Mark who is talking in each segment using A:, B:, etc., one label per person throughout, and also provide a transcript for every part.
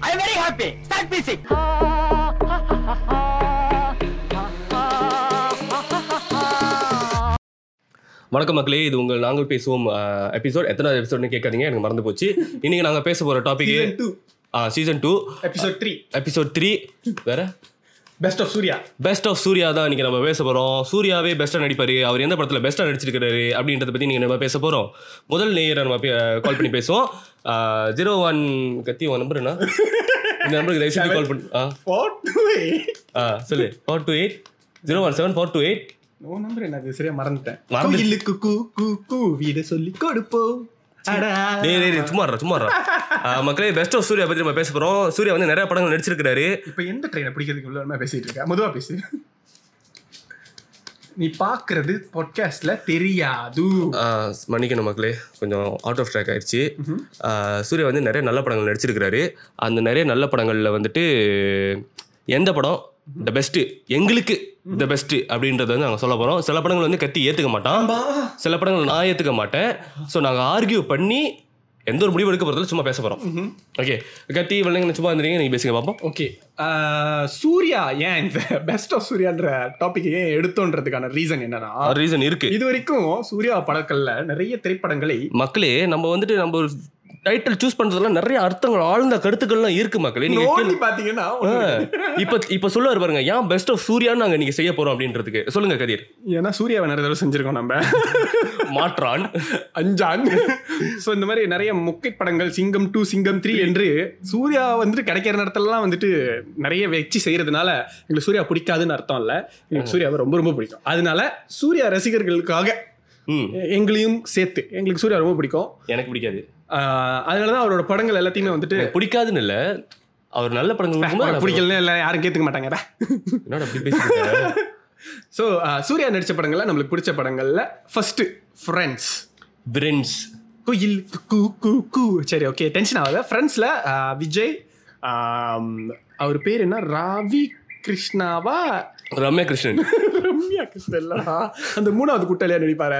A: happy. Start music.
B: வணக்கம் மக்களே இது உங்கள் நாங்கள் பேசுவோம் எபிசோட் எத்தனை எபிசோட்னு கேட்காதீங்க எனக்கு மறந்து போச்சு இன்னைக்கு நாங்கள் பேச போகிற topic season two
C: episode three
B: episode three வேற
C: best of Suriya
B: best of Suriya தான் இன்னைக்கு நம்ம பேச போகிறோம் சூர்யாவே பெஸ்ட்டாக நடிப்பார் அவர் எந்த படத்தில் பெஸ்ட்டாக நடிச்சிருக்கிறாரு அப்படின்றத பற்றி நீங்கள் நம்ம பேச போகிறோம் முதல் நேயரை நம்ம கால் பண்ணி பேசுவோம் ஜீரோ ஒன் கத்தி உன் நம்பர் என்ன இந்த நம்பருக்கு தயவு செஞ்சு கால் பண்ணி ஆ
C: ஃபோர் டூ எயிட்
B: ஆ சொல்லு four two eight zero one seven four two eight
C: oh number என்னது சரியா மறந்துட்டேன்
B: மறந்து-
C: கோயிலுக்கு கூ கூ கூ வீடு சொல்லி கொடுப்போம் அடா.
B: டேய் டேய் டேய், சும்மா இருடா, சும்மா இருடா. ஆ, மக்களே பெஸ்ட் ஆஃப் சூர்யா பற்றி நம்ம பேச போகிறோம் சூர்யா வந்து நிறைய படங்கள் நடிச்சிருக்கிறாரு
C: இப்ப எந்த ட்ரெயினை பிடிக்கிறதுக்கு இவ்வளவு நேரமா பேசிட்டு இருக்க மெதுவா பேசு நீ பாக்குறது பாட்காஸ்ட்ல தெரியாது
B: ஆ, மன்னிக்கணும் மக்களே கொஞ்சம் அவுட் ஆஃப் ட்ராக் ஆயிடுச்சு ஆ, சூர்யா வந்து நிறைய நல்ல படங்கள் நடிச்சிருக்கிறாரு அந்த நிறைய நல்ல படங்களில் வந்துட்டு எந்த படம் த பெஸ்ட்டு எங்களுக்கு த பெஸ்ட்டு அப்படின்றத வந்து நாங்கள் சொல்ல போகிறோம் சில படங்கள் வந்து கத்தி ஏற்றுக்க மாட்டான் சில படங்கள் நான் ஏற்றுக்க மாட்டேன் ஸோ நாங்கள் ஆர்கியூ பண்ணி எந்த ஒரு முடிவு எடுக்க போகிறதுல சும்மா பேச போகிறோம் ஓகே கத்தி விளையாங்க சும்மா இருந்தீங்க நீங்கள் பேசுங்க பார்ப்போம்
C: ஓகே சூர்யா ஏன் இந்த பெஸ்ட் ஆஃப் சூர்யான்ற டாபிக் ஏன் எடுத்தோன்றதுக்கான ரீசன் என்னன்னா
B: ரீசன் இருக்கு
C: இது வரைக்கும் சூர்யா படங்கள்ல நிறைய திரைப்படங்களை
B: மக்களே நம்ம வந்துட்டு நம்ம ஒரு டைட்டில் சூஸ் பண்றதுலாம் நிறைய அர்த்தங்கள் ஆழ்ந்த கருத்துக்கள்லாம் இருக்கு மக்களே நீங்க
C: நோண்டி பாத்தீங்கன்னா
B: ஆ,
C: உங்களுக்கு
B: இப்ப இப்ப சொல்லுவாரு பாருங்க ஏன் பெஸ்ட் ஆஃப் சூர்யான்னு நாங்க நீங்க செய்ய போறோம் அப்படின்றதுக்கு சொல்லுங்க கதிர்
C: ஏன்னா சூர்யாவை நிறைய தடவை செஞ்சிருக்கோம் நம்ம
B: மாற்றான்
C: அஞ்சான் ஸோ இந்த மாதிரி நிறைய முக்கிய படங்கள் சிங்கம் டூ சிங்கம் த்ரீ என்று சூர்யா வந்துட்டு கிடைக்கிற நேரத்துலலாம் வந்துட்டு நிறைய வச்சு செய்கிறதுனால எங்களுக்கு சூர்யா பிடிக்காதுன்னு அர்த்தம் இல்லை எங்களுக்கு சூர்யாவை ரொம்ப ரொம்ப பிடிக்கும் அதனால சூர்யா ரசிகர்களுக்காக
B: ம்
C: எங்களையும் சேர்த்து எங்களுக்கு சூர்யா ரொம்ப பிடிக்கும்
B: எனக்கு பிடிக்காது
C: ஆஹ் அதனால தான் அவரோட படங்கள் எல்லாத்தையுமே வந்துட்டு
B: எனக்கு பிடிக்காதுன்னு இல்ல அவர் நல்ல படங்கள் கொடுக்கும்போது
C: உனக்கு
B: நான்
C: பிடிக்கலன்னு எல்லாம் யாரும் கேத்துக்க மாட்டாங்க
B: என்னடா அப்படி பேசிட்டு இருக்க?
C: ஸோ சூர்யா நடித்த படங்கள்ல நம்மளுக்கு பிடிச்ச படங்கள்ல ஃபர்ஸ்ட் ஃப்ரெண்ட்ஸ்
B: Friends.
C: குயில் கு கு கு சரி ஓகே டென்ஷன் ஆகாத ஃப்ரெண்ட்ஸில் விஜய் ஆம், அவர் பேர் என்ன ராவி கிருஷ்ணாவா
B: ரம்யா கிருஷ்ணன்
C: ரம்யா கிருஷ்ணா அந்த மூணாவது குட்டாளியா நடிப்பாரு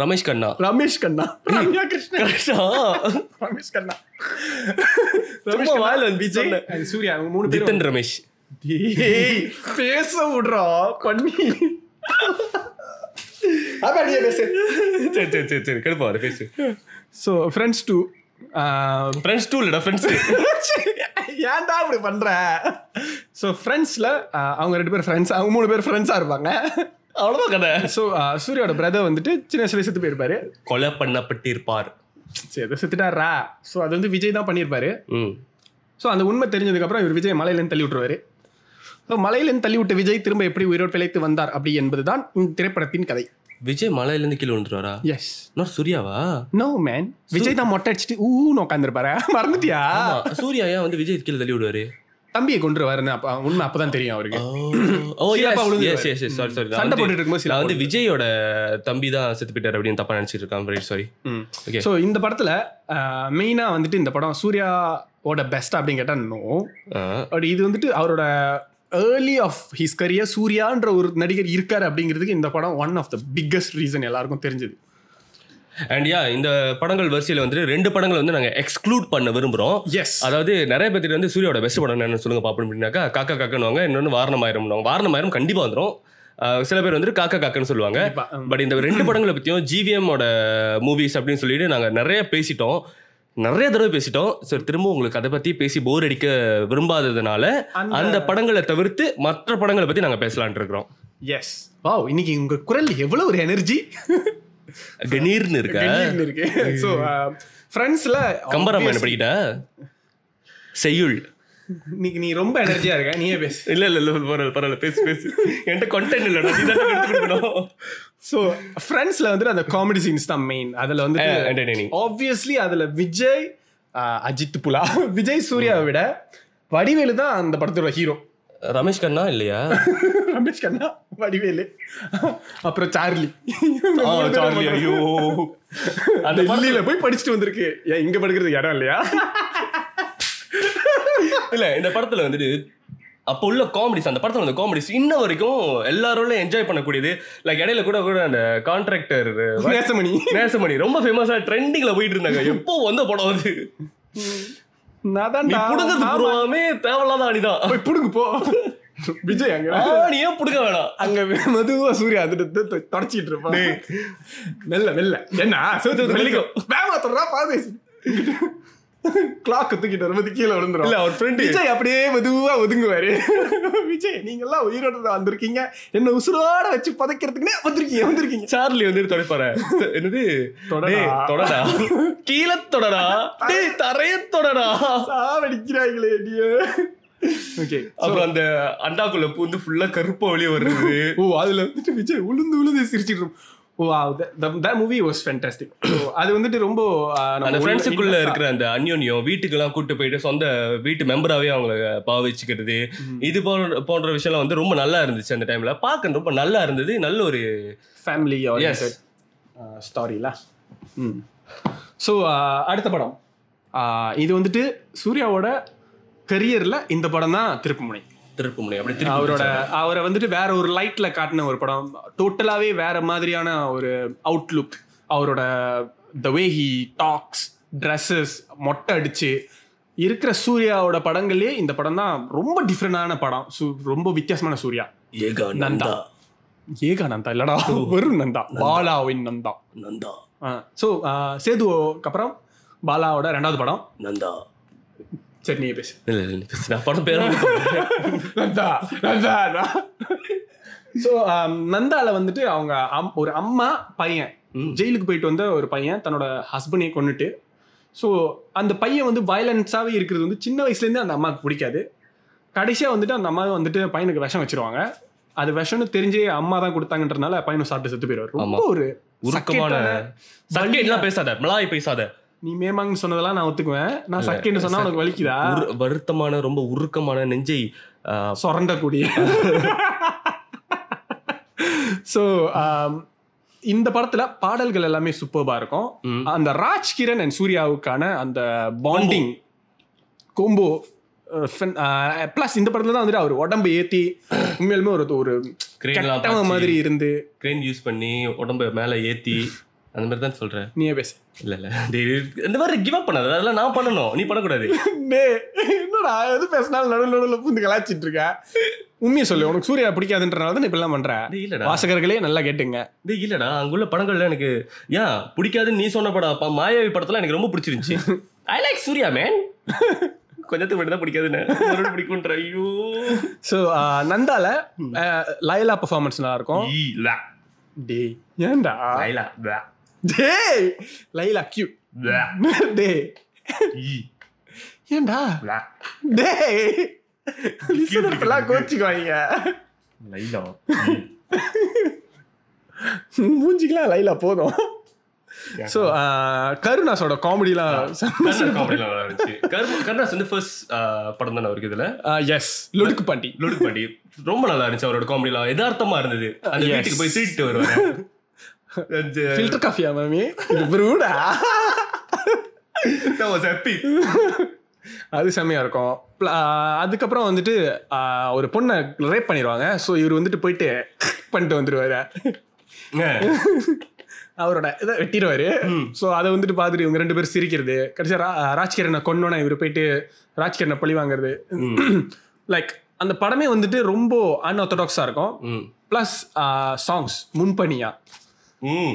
B: ரமேஷ் கண்ணா
C: ரமேஷ் கண்ணா ரம்யா கிருஷ்ணன்
B: கரெக்டா
C: ரமேஷ் கண்ணா
B: சும்மா வாயில வந்து
C: விஜய்
B: சொன்னேன்.
C: and சூர்யா அவங்க மூணு பேரும்
B: ஜித்தன் ரமேஷ்
C: டேய், பேச விடுறா பண்ணி அப்பா நீ பேசு
B: சரி சரி சரி சரி கடுப்பா வர பேசு
C: so friends two
B: friends two இல்லடா ஃப்ரெண்ட்ஸ்
C: ஏன்டா இப்படி பண்ற ஸோ ஃப்ரெண்ட்ஸில் அவங்க ரெண்டு பேர் ஃப்ரெண்ட்ஸ் அவங்க மூணு பேர் ஃப்ரெண்ட்ஸாக இருப்பாங்க
B: அவ்வளவுதான் கதை
C: ஸோ சூர்யாவோட பிரதர் வந்துட்டு சின்ன வயசுல செத்து போயிருப்பாரு
B: கொலை பண்ணப்பட்டிருப்பார்
C: சரி ஏதோ செத்துட்டாரா ஸோ அது வந்து விஜய் தான் பண்ணியிருப்பாரு
B: ம்
C: ஸோ அந்த உண்மை தெரிஞ்சதுக்கப்புறம் இவர் விஜய் மலையிலேருந்து தள்ளி விட்டுருவாரு ஸோ மலையிலேருந்து தள்ளி விட்ட விஜய் திரும்ப எப்படி உயிரோடு பிழைத்து வந்தார் அப்படி என்பது தான் இந்த திரைப்படத்தின் கதை
B: விஜய் மலையிலேருந்து கீழே விழுந்துருவாரா
C: எஸ்
B: இன்னொரு சூர்யாவா
C: நோ மேன் விஜய் தான் மொட்டை அடிச்சுட்டு ஊன்னு உட்காந்துருப்பாரு மறந்துட்டியா
B: ஆமா சூர்யா ஏன் வந்து விஜய் கீழே தள்ளி விடுவாரு
C: தம்பியை கொண்டு வருன்னு அப்ப உண்மை அப்பதான் தெரியும் அவருக்கு
B: ஓ
C: கீழே அப்பா
B: yes,
C: விழுந்துருவாரு.
B: yes, yes, yes, sorry, sorry. நான்
C: சண்டை
B: வந்து-
C: போட்டுட்டு இருக்கும்போது சில
B: நான் வந்து விஜயோட தம்பி தான் செத்து போயிட்டாரு அப்படின்னு தப்பா நினைச்சிட்டு இருக்கான் சாரி Okay.
C: ஸோ இந்த படத்துல மெயினா வந்துட்டு இந்த படம் சூர்யாவோட பெஸ்ட் அப்படின்னு கேட்டா நோ பட் இது வந்துட்டு அவரோட ஏர்லி ஆஃப் ஹிஸ் கரியர் சூர்யான்ற ஒரு நடிகர் இருக்காரு அப்படிங்கிறதுக்கு இந்த படம் one of the biggest reason எல்லாருக்கும் தெரிஞ்சது
B: அண்ட் யா இந்த படங்கள் வரிசையில வந்து ரெண்டு படங்கள் வந்து நாங்க எக்ஸ்க்ளூட் பண்ண விரும்புறோம்
C: எஸ்
B: அதாவது நிறைய பேர் வந்து சூர்யாவோட பெஸ்ட் படம் என்னன்னு சொல்லுங்க பாப்போம் அப்படின்னாக்கா காக்கா காக்கன்னுவாங்க இன்னொன்னு வாரணமாயிரம் வாரணமாயிரம் கண்டிப்பா வந்துரும் அஹ் சில பேர் வந்துட்டு காக்கா காக்கன்னு சொல்லுவாங்க
C: Um,
B: பட் இந்த ரெண்டு படங்களை பற்றியும் ஜிவிஎம்மோட மூவிஸ் அப்படின்னு சொல்லிட்டு நாங்கள் நிறைய பேசிட்டோம் நிறைய தடவை பேசிட்டோம் சரி திரும்ப உங்களுக்கு அதை பற்றி பேசி போர் அடிக்க விரும்பாததுனால அந்த படங்களை தவிர்த்து மற்ற படங்களை பற்றி நாங்கள் பேசலாம்னு இருக்கிறோம்
C: எஸ் வாவ் இன்னைக்கு உங்க குரல் எவ்வளவு ஒரு எனர்ஜி
B: கணீர்னு இருக்க
C: இருக்கு ஸோ ஃப்ரெண்ட்ஸ்ல
B: கம்பராமாயணம் என்ன படிக்கிட்ட செய்யுள்
C: இன்னைக்கு நீ ரொம்ப எனர்ஜியா இருக்க நீயே பேசு
B: இல்ல இல்ல இல்ல பரவாயில்ல பரவாயில்ல பேசு பேசு என்கிட்ட கண்டென்ட் இல்ல
C: ஸோ ஃப்ரெண்ட்ஸ்ல வந்துட்டு அந்த காமெடி சீன்ஸ் தான் மெயின் அதுல வந்து
B: Eh, என்டர்டெய்னிங்
C: ஆப்வியஸ்லி அதுல விஜய் ஆஹ், அஜித் புலா விஜய் சூர்யாவை விட வடிவேலு தான் அந்த படத்தோட ஹீரோ
B: ரமேஷ் கண்ணா இல்லையா
C: ரமேஷ் கண்ணா வடிவேலு அப்புறம் சார்லி
B: ஆ, சார்லி Oh, ஐயோ அந்த படம்
C: டெல்லியில போய் படிச்சுட்டு வந்திருக்கு ஏன் இங்க படுக்கிறதுக்கு இடம் இல்லையா
B: இல்ல இந்த படத்துல வந்துட்டு அப்போ உள்ள காமெடிஸ் அந்த படத்துல அந்த காமெடிஸ் இன்ன வரைக்கும் எல்லாரோட என்ஜாய் பண்ணக்கூடியது லைக் இடையில கூட கூட அந்த கான்ட்ராக்டர்
C: நேசமணி
B: நேசமணி ரொம்ப ஃபேமஸா ட்ரெண்டிங்ல போயிட்டு இருந்தாங்க எப்போ வந்த படம் அது
C: நான்
B: நீ
C: தான்டா.
B: புடுங்கிறது
C: ஆமா.
B: புருவாமே தேவையில்லாத அணிதான்
C: போய் புடுங்கு போ விஜய் அங்க
B: நீ ஏன் புடுங்க வேணாம்
C: அங்க மதுவா சூர்யா அதுட்டு தொடச்சிட்டு இருப்பான் மெல்ல மெல்ல என்ன சேர்த்து
B: மெல்லிக்கோ.
C: வேமா தொடரா பாது கிளாக் தூக்கிட்டு வரும்போது கீழே விழுந்துரும்
B: இல்ல அவர் ஃப்ரெண்டு
C: விஜய் அப்படியே மெதுவா ஒதுங்குவாரு விஜய் நீங்க எல்லாம் உயிரோட வந்திருக்கீங்க என்ன உசுரோட வச்சு புதைக்கிறதுக்குன்னே வந்திருக்கீங்க வந்திருக்கீங்க
B: சார்லி வந்து தொடைப்பாரு என்னது
C: தொடடா.
B: டேய், தொடடா கீழே தொடடா டேய் தரைய தொடடா
C: சாவடிக்கிறாங்களே நீ ஓகே
B: அப்புறம் அந்த அண்டாக்குள்ள பூந்து ஃபுல்லா கருப்பா வெளியே வருது
C: ஓ அதுல வந்துட்டு விஜய் உளுந்து உளுந்து சிரிச்சிட்டு இருக்கும். Oh that movie was fantastic அது வந்துட்டு ரொம்ப ஆ, நம்ம
B: அந்த
C: ஒரு-
B: ஃப்ரெண்ட்ஸுக்குள்ள இருக்கிற அந்த அந்யோன்யம் வீட்டுக்கெல்லாம் கூட்டு போயிட்டு சொந்த வீட்டு மெம்பராவே அவங்கள பாவிச்சுக்கிறது இது போன்ற போன்ற விஷயம்லாம் வந்து ரொம்ப நல்லா இருந்துச்சு அந்த டைம்ல பார்க்க ரொம்ப நல்லா இருந்தது நல்ல ஒரு
C: ஃபேமிலி ஓரியன்டட் uh, ஸ்டாரில ம் ஸோ அடுத்த படம் ஆஹ் இது வந்துட்டு சூர்யாவோட கரியரில் இந்த படம் தான் திருப்புமுனை
B: திருப்பு முனை அப்படி திருப்பி
C: அவரோட அவரை வந்துட்டு வேற ஒரு லைட்ல காட்டின ஒரு படம் டோட்டலாகவே வேற மாதிரியான ஒரு அவுட்லுக் அவரோட the way he talks dresses மொட்டை அடிச்சு இருக்கிற சூர்யாவோட படங்கள்லேயே இந்த படம் தான் ரொம்ப டிஃப்ரெண்டான படம் சு ரொம்ப வித்தியாசமான சூர்யா
B: ஏகா
C: நந்தா. ஏகா நந்தா இல்லடா வெறும் நந்தா பாலாவின் நந்தா
B: நந்தா
C: ஸோ சேதுவுக்கு அப்புறம் பாலாவோட ரெண்டாவது படம்
B: நந்தா
C: சரி நீங்க பேசு
B: இல்ல இல்ல, இல்ல நான் படம் பேர்
C: நந்தா நந்தா ஸோ நந்தால வந்துட்டு அவங்க அம்- ஒரு அம்மா பையன்
B: ம்.
C: ஜெயிலுக்கு போயிட்டு வந்த ஒரு பையன் தன்னோட ஹஸ்பண்டையே கொண்டுட்டு ஸோ அந்த பையன் வந்து வயலன்ஸாகவே இருக்கிறது வந்து சின்ன வயசுலேருந்து அந்த அம்மாவுக்கு பிடிக்காது கடைசியாக வந்துட்டு அந்த அம்மா வந்துட்டு பையனுக்கு விஷம் வச்சிருவாங்க அது விஷம்னு தெரிஞ்சே அம்மா தான் கொடுத்தாங்கன்றனால பையனும் சாப்பிட்டு செத்து போயிடுவார் ரொம்ப
B: ஆமா.
C: ஒரு
B: உருக்கமான சர்க்கேட்லாம் பேசாத மிளாய் பேசாத
C: நீ மேமாங்கன்னு சொன்னதெல்லாம் நான் ஒத்துக்குவேன் நான் சக்கேன்னு சொன்னா உனக்கு வலிக்குதா
B: உரு- வருத்தமான ரொம்ப உருக்கமான நெஞ்சை ஆ,
C: சொரண்டக்கூடிய ஸோ um, இந்த படத்துல பாடல்கள் எல்லாமே சூப்பர்பா இருக்கும்
B: ம்.
C: அந்த ராஜ் கிரண் அண்ட் சூர்யாவுக்கான அந்த பாண்டிங் கோம்போ uh, ப்ளஸ் இந்த படத்துல தான் வந்துட்டு அவர் உடம்பு ஏத்தி உண்மையிலுமே ஒரு ஒரு
B: crane எல்லாம்
C: கட்டவ
B: பாய்ச்சி,
C: மாதிரி இருந்து
B: crane யூஸ் பண்ணி உடம்ப மேல ஏத்தி அந்த மாதிரி தான் சொல்றேன்
C: நீயே பேசு
B: இல்ல இல்ல டேய், இந்த மாதிரி கிவ் அப் பண்ணாத அதெல்லாம் நான் பண்ணணும் நீ பண்ணக்கூடாது
C: டேய், என்னடா எது பேசினாலும் நடுவில் நடுவில் பூந்து கலாச்சிட்டு இருக்க உண்மையை சொல்லு உனக்கு சூர்யா பிடிக்காதுன்றனால தான் இப்படிலாம் பண்ற
B: டேய், இல்லடா
C: வாசகர்களே நல்லா கேட்டுங்க
B: டேய், இல்லடா அங்குள்ள படங்கள்ல எனக்கு ஏன் பிடிக்காதுன்னு நீ சொன்ன படம் அப்ப மாயாவி படத்துல எனக்கு ரொம்ப பிடிச்சிருந்துச்சு ஐ லைக் சூர்யா மேன் கொஞ்சத்துக்கு மட்டும் தான் பிடிக்காதுன்னு மறுபடியும் பிடிக்கும்ன்ற ஐயோ
C: ஸோ uh, நந்தால அஹ், லைலா பெர்ஃபார்மன்ஸ் நல்லா இருக்கும்
B: ஈ, லா,
C: டேய் ஏன்டா
B: லைலா, லா,
C: டேய் லைலா கியூ
B: லா,
C: டேய்
B: ஈ,
C: ஏன்டா
B: லா.
C: டேய் லிசனர் எல்லாம் கோச்சுக்குவாங்க
B: லைலா
C: மூஞ்சிக்கலாம் லைலா போதும் ஸோ கருணாஸோட
B: கர்ணன்
C: காமெடிலாம்
B: comedy ல நல்லா இருந்துச்சு. கர்ண- கர்ணாஸ் வந்து first, ஆ, படம் தானே அவருக்கு இதுல?
C: Yes Lodukku uh, Pandi
B: Lodukku Pandi. ரொம்ப நல்லா இருந்துச்சு அவரோட comedy ல. யதார்த்தமா இருந்தது அந்த
C: Yes.
B: வீட்டுக்கு போய் திருட்டு வருவாரு. அது-
C: ஃபில்டர் காஃபியா மாமி இது ப்ரூடா
B: that was epic.
C: அது செம்மையா இருக்கும் Pl- ஆஹ் அதுக்கப்புறம் வந்துட்டு ஆஹ் ஒரு பொண்ணை ரேப் பண்ணிடுவாங்க ஸோ இவர் வந்துட்டு போயிட்டு பண்ணிட்டு வந்துடுவாரு அவரோட இதை வெட்டிடுவாரு
B: ம்.
C: ஸோ அதை வந்துட்டு பார்த்துட்டு இவங்க ரெண்டு பேரும் சிரிக்கிறது கடைசியா ரா ராஜ்கிரனை கொன்னோன்னா இவர் போயிட்டு ராஜ்கிரனை பழி வாங்குறது
B: ம்.
C: லைக் அந்த படமே வந்துட்டு ரொம்ப அன்ஆர்த்தடாக்ஸாக இருக்கும்
B: ம்.
C: ப்ளஸ் சாங்ஸ் முன்பணியா
B: ம்.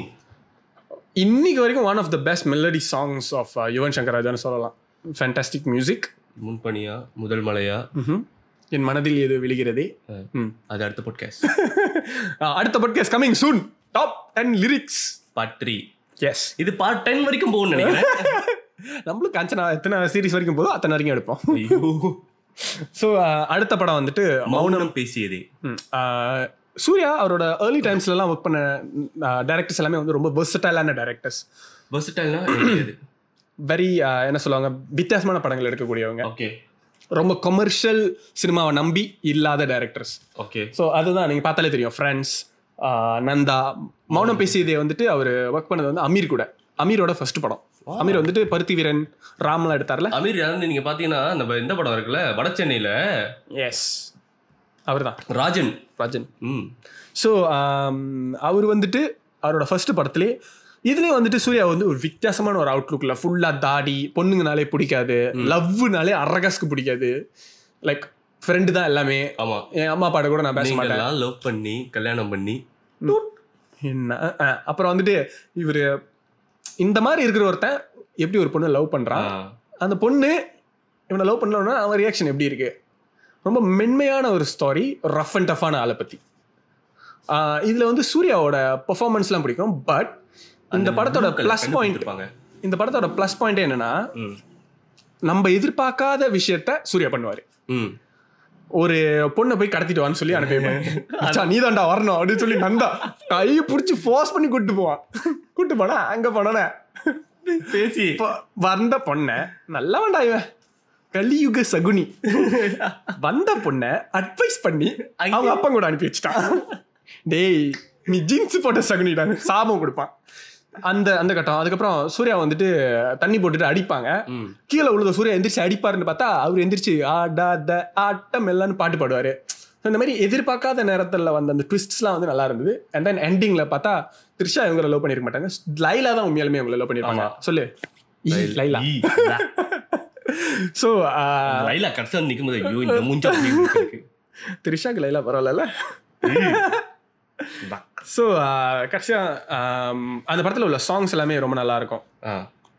C: இன்னைக்கு வரைக்கும் one of the best melody songs of Yuvan Shankar ராஜான்னு சொல்லலாம் ஃபேண்டாஸ்டிக் மியூசிக்
B: முன்பணியா முதல் மலையா
C: என் மனதில் எது விழுகிறது
B: அஹ். Uh,
C: ம்.
B: அது அடுத்த பாட்காஸ்ட்
C: ஆஹ், அடுத்த podcast coming soon top ten lyrics
B: part three
C: yes
B: இது பார்ட் டென் வரைக்கும் போகும்னு நினைக்கிறேன்
C: நம்மளும் கஞ்சனா எத்தனை சீரிஸ் வரைக்கும் போதும் அத்தனை வரைக்கும் எடுப்போம்
B: ஐயோ.
C: ஸோ அடுத்த படம் வந்துட்டு
B: மௌனம் பேசியதே
C: ம், ஆஹ், சூர்யா அவரோட ஏர்லி டைம்ஸ்லலாம் ஒர்க் பண்ண டேரக்டர்ஸ் எல்லாமே வந்து ரொம்ப வெர்சடைலான டேரக்டர்ஸ்
B: வெர்சடைல்னா
C: வெரி என்ன சொல்லுவாங்க வித்தியாசமான படங்கள் எடுக்கக்கூடியவங்க
B: ஓகே
C: ரொம்ப கமர்ஷியல் சினிமாவை நம்பி இல்லாத டேரக்டர்ஸ்
B: ஓகே
C: ஸோ அதுதான் நீங்கள் பார்த்தாலே தெரியும் ஃப்ரெண்ட்ஸ் நந்தா மௌனம் பேசியதே வந்துட்டு அவர் ஒர்க் பண்ணது வந்து அமீர் கூட அமீரோட ஃபர்ஸ்ட் படம் அமீர் வந்துட்டு பருத்தி வீரன் ராம்லாம் எடுத்தார்ல
B: அமீர் யாருன்னு நீங்க பாத்தீங்கன்னா நம்ம இந்த படம் இருக்குல்ல வட சென்னையில
C: எஸ் அவர்தான்
B: ராஜன்
C: ராஜன்
B: ம்
C: um, ஸோ அவர் வந்துட்டு அவரோட ஃபர்ஸ்ட் படத்திலே இதுலயும் வந்துட்டு சூர்யா வந்து ஒரு வித்தியாசமான ஒரு அவுட்லுக்ல ஃபுல்லா தாடி பொண்ணுங்கனாலே பிடிக்காது லவ்னாலே அரகஸ்க்கு பிடிக்காது லைக் ஃப்ரெண்டு தான் எல்லாமே
B: ஆமா
C: என் அம்மா அப்பாட்ட கூட நான் பேச மாட்டேன்
B: நீங்கெல்லாம் லவ் பண்ணி கல்யாணம் பண்ணி
C: என்ன அஹ், அஹ். அப்புறம் வந்துட்டு இவரு இந்த மாதிரி இருக்கிற ஒருத்தன் எப்படி ஒரு பொண்ணு லவ் பண்றான்
B: ஆஹ்,
C: அந்த பொண்ணு இவனை லவ் பண்ணலன்னா அவன் ரியாக்ஷன் எப்படி இருக்கு ரொம்ப மென்மையான ஒரு ஸ்டாரி ரஃப் அண்ட் டஃப்பான ஆளை பற்றி இதில் வந்து சூர்யாவோட பெர்ஃபார்மன்ஸ்லாம் பிடிக்கும் பட் இந்த
B: அந்த
C: படத்தோட
B: மக்கள்
C: ப்ளஸ் பாயிண்ட்
B: கண்டுபிடிச்சிருப்பாங்க.
C: இந்த படத்தோட ப்ளஸ் பாயிண்ட் என்னன்னா
B: ம்,
C: நம்ம எதிர்பார்க்காத விஷயத்த சூர்யா பண்ணுவார்
B: ம்.
C: ஒரு பொண்ணை போய் கடத்திட்டு வான்னு சொல்லி அனுப்பிடுவேன் நீ தாண்டா வரணும் அப்படின்னு சொல்லி நந்தா கையை பிடிச்சி ஃபோர்ஸ் பண்ணி கூட்டு போவான் கூட்டு போனா அங்க போனோன்னே
B: பேசி
C: இப்போ வந்த பொண்ண நல்லவன்டா இவன் கலியுக சகுனி வந்த பொண்ண அட்வைஸ் பண்ணி அவங்க அப்பன் கூட அனுப்பி வச்சுட்டான் டேய் நீ ஜீன்ஸ் போட்ட சகுனிடா சாபம் கொடுப்பான் அந்த அந்த கட்டம் அதுக்கப்புறம் சூர்யா வந்துட்டு தண்ணி போட்டுட்டு அடிப்பாங்க
B: ம்.
C: கீழே உழுத சூர்யா எந்திரிச்சு அடிப்பாருன்னு பார்த்தா அவர் எந்திரிச்சு ஆடா த ஆட்டம் எல்லாம்னு பாட்டு பாடுவார் இந்த மாதிரி எதிர்பார்க்காத நேரத்தில் வந்த அந்த ட்விஸ்ட்ஸ்லாம் வந்து நல்லா இருந்தது அண்ட் தென் எண்டிங்கில் பார்த்தா த்ரிஷா இவங்களை லவ் பண்ணியிருக்க மாட்டாங்க லைலா தான் உண்மையாலுமே இவங்களை லவ் பண்ணியிருப்பாங்க சொல்லு ஈ, லைலா
B: ஈ, லா.
C: ஸோ
B: லைலா கடைசியா வந்து நிக்கும்போது, ஐயோ, இந்த மூஞ்சா அப்படி இப்படி இருக்கு.
C: த்ரிஷாக்கு லைலா பரவாயில்ல
B: லா.
C: ஸோ கடைசியாக அந்த படத்தில் உள்ள சாங்ஸ் எல்லாமே ரொம்ப நல்லா இருக்கும்
B: ஆ.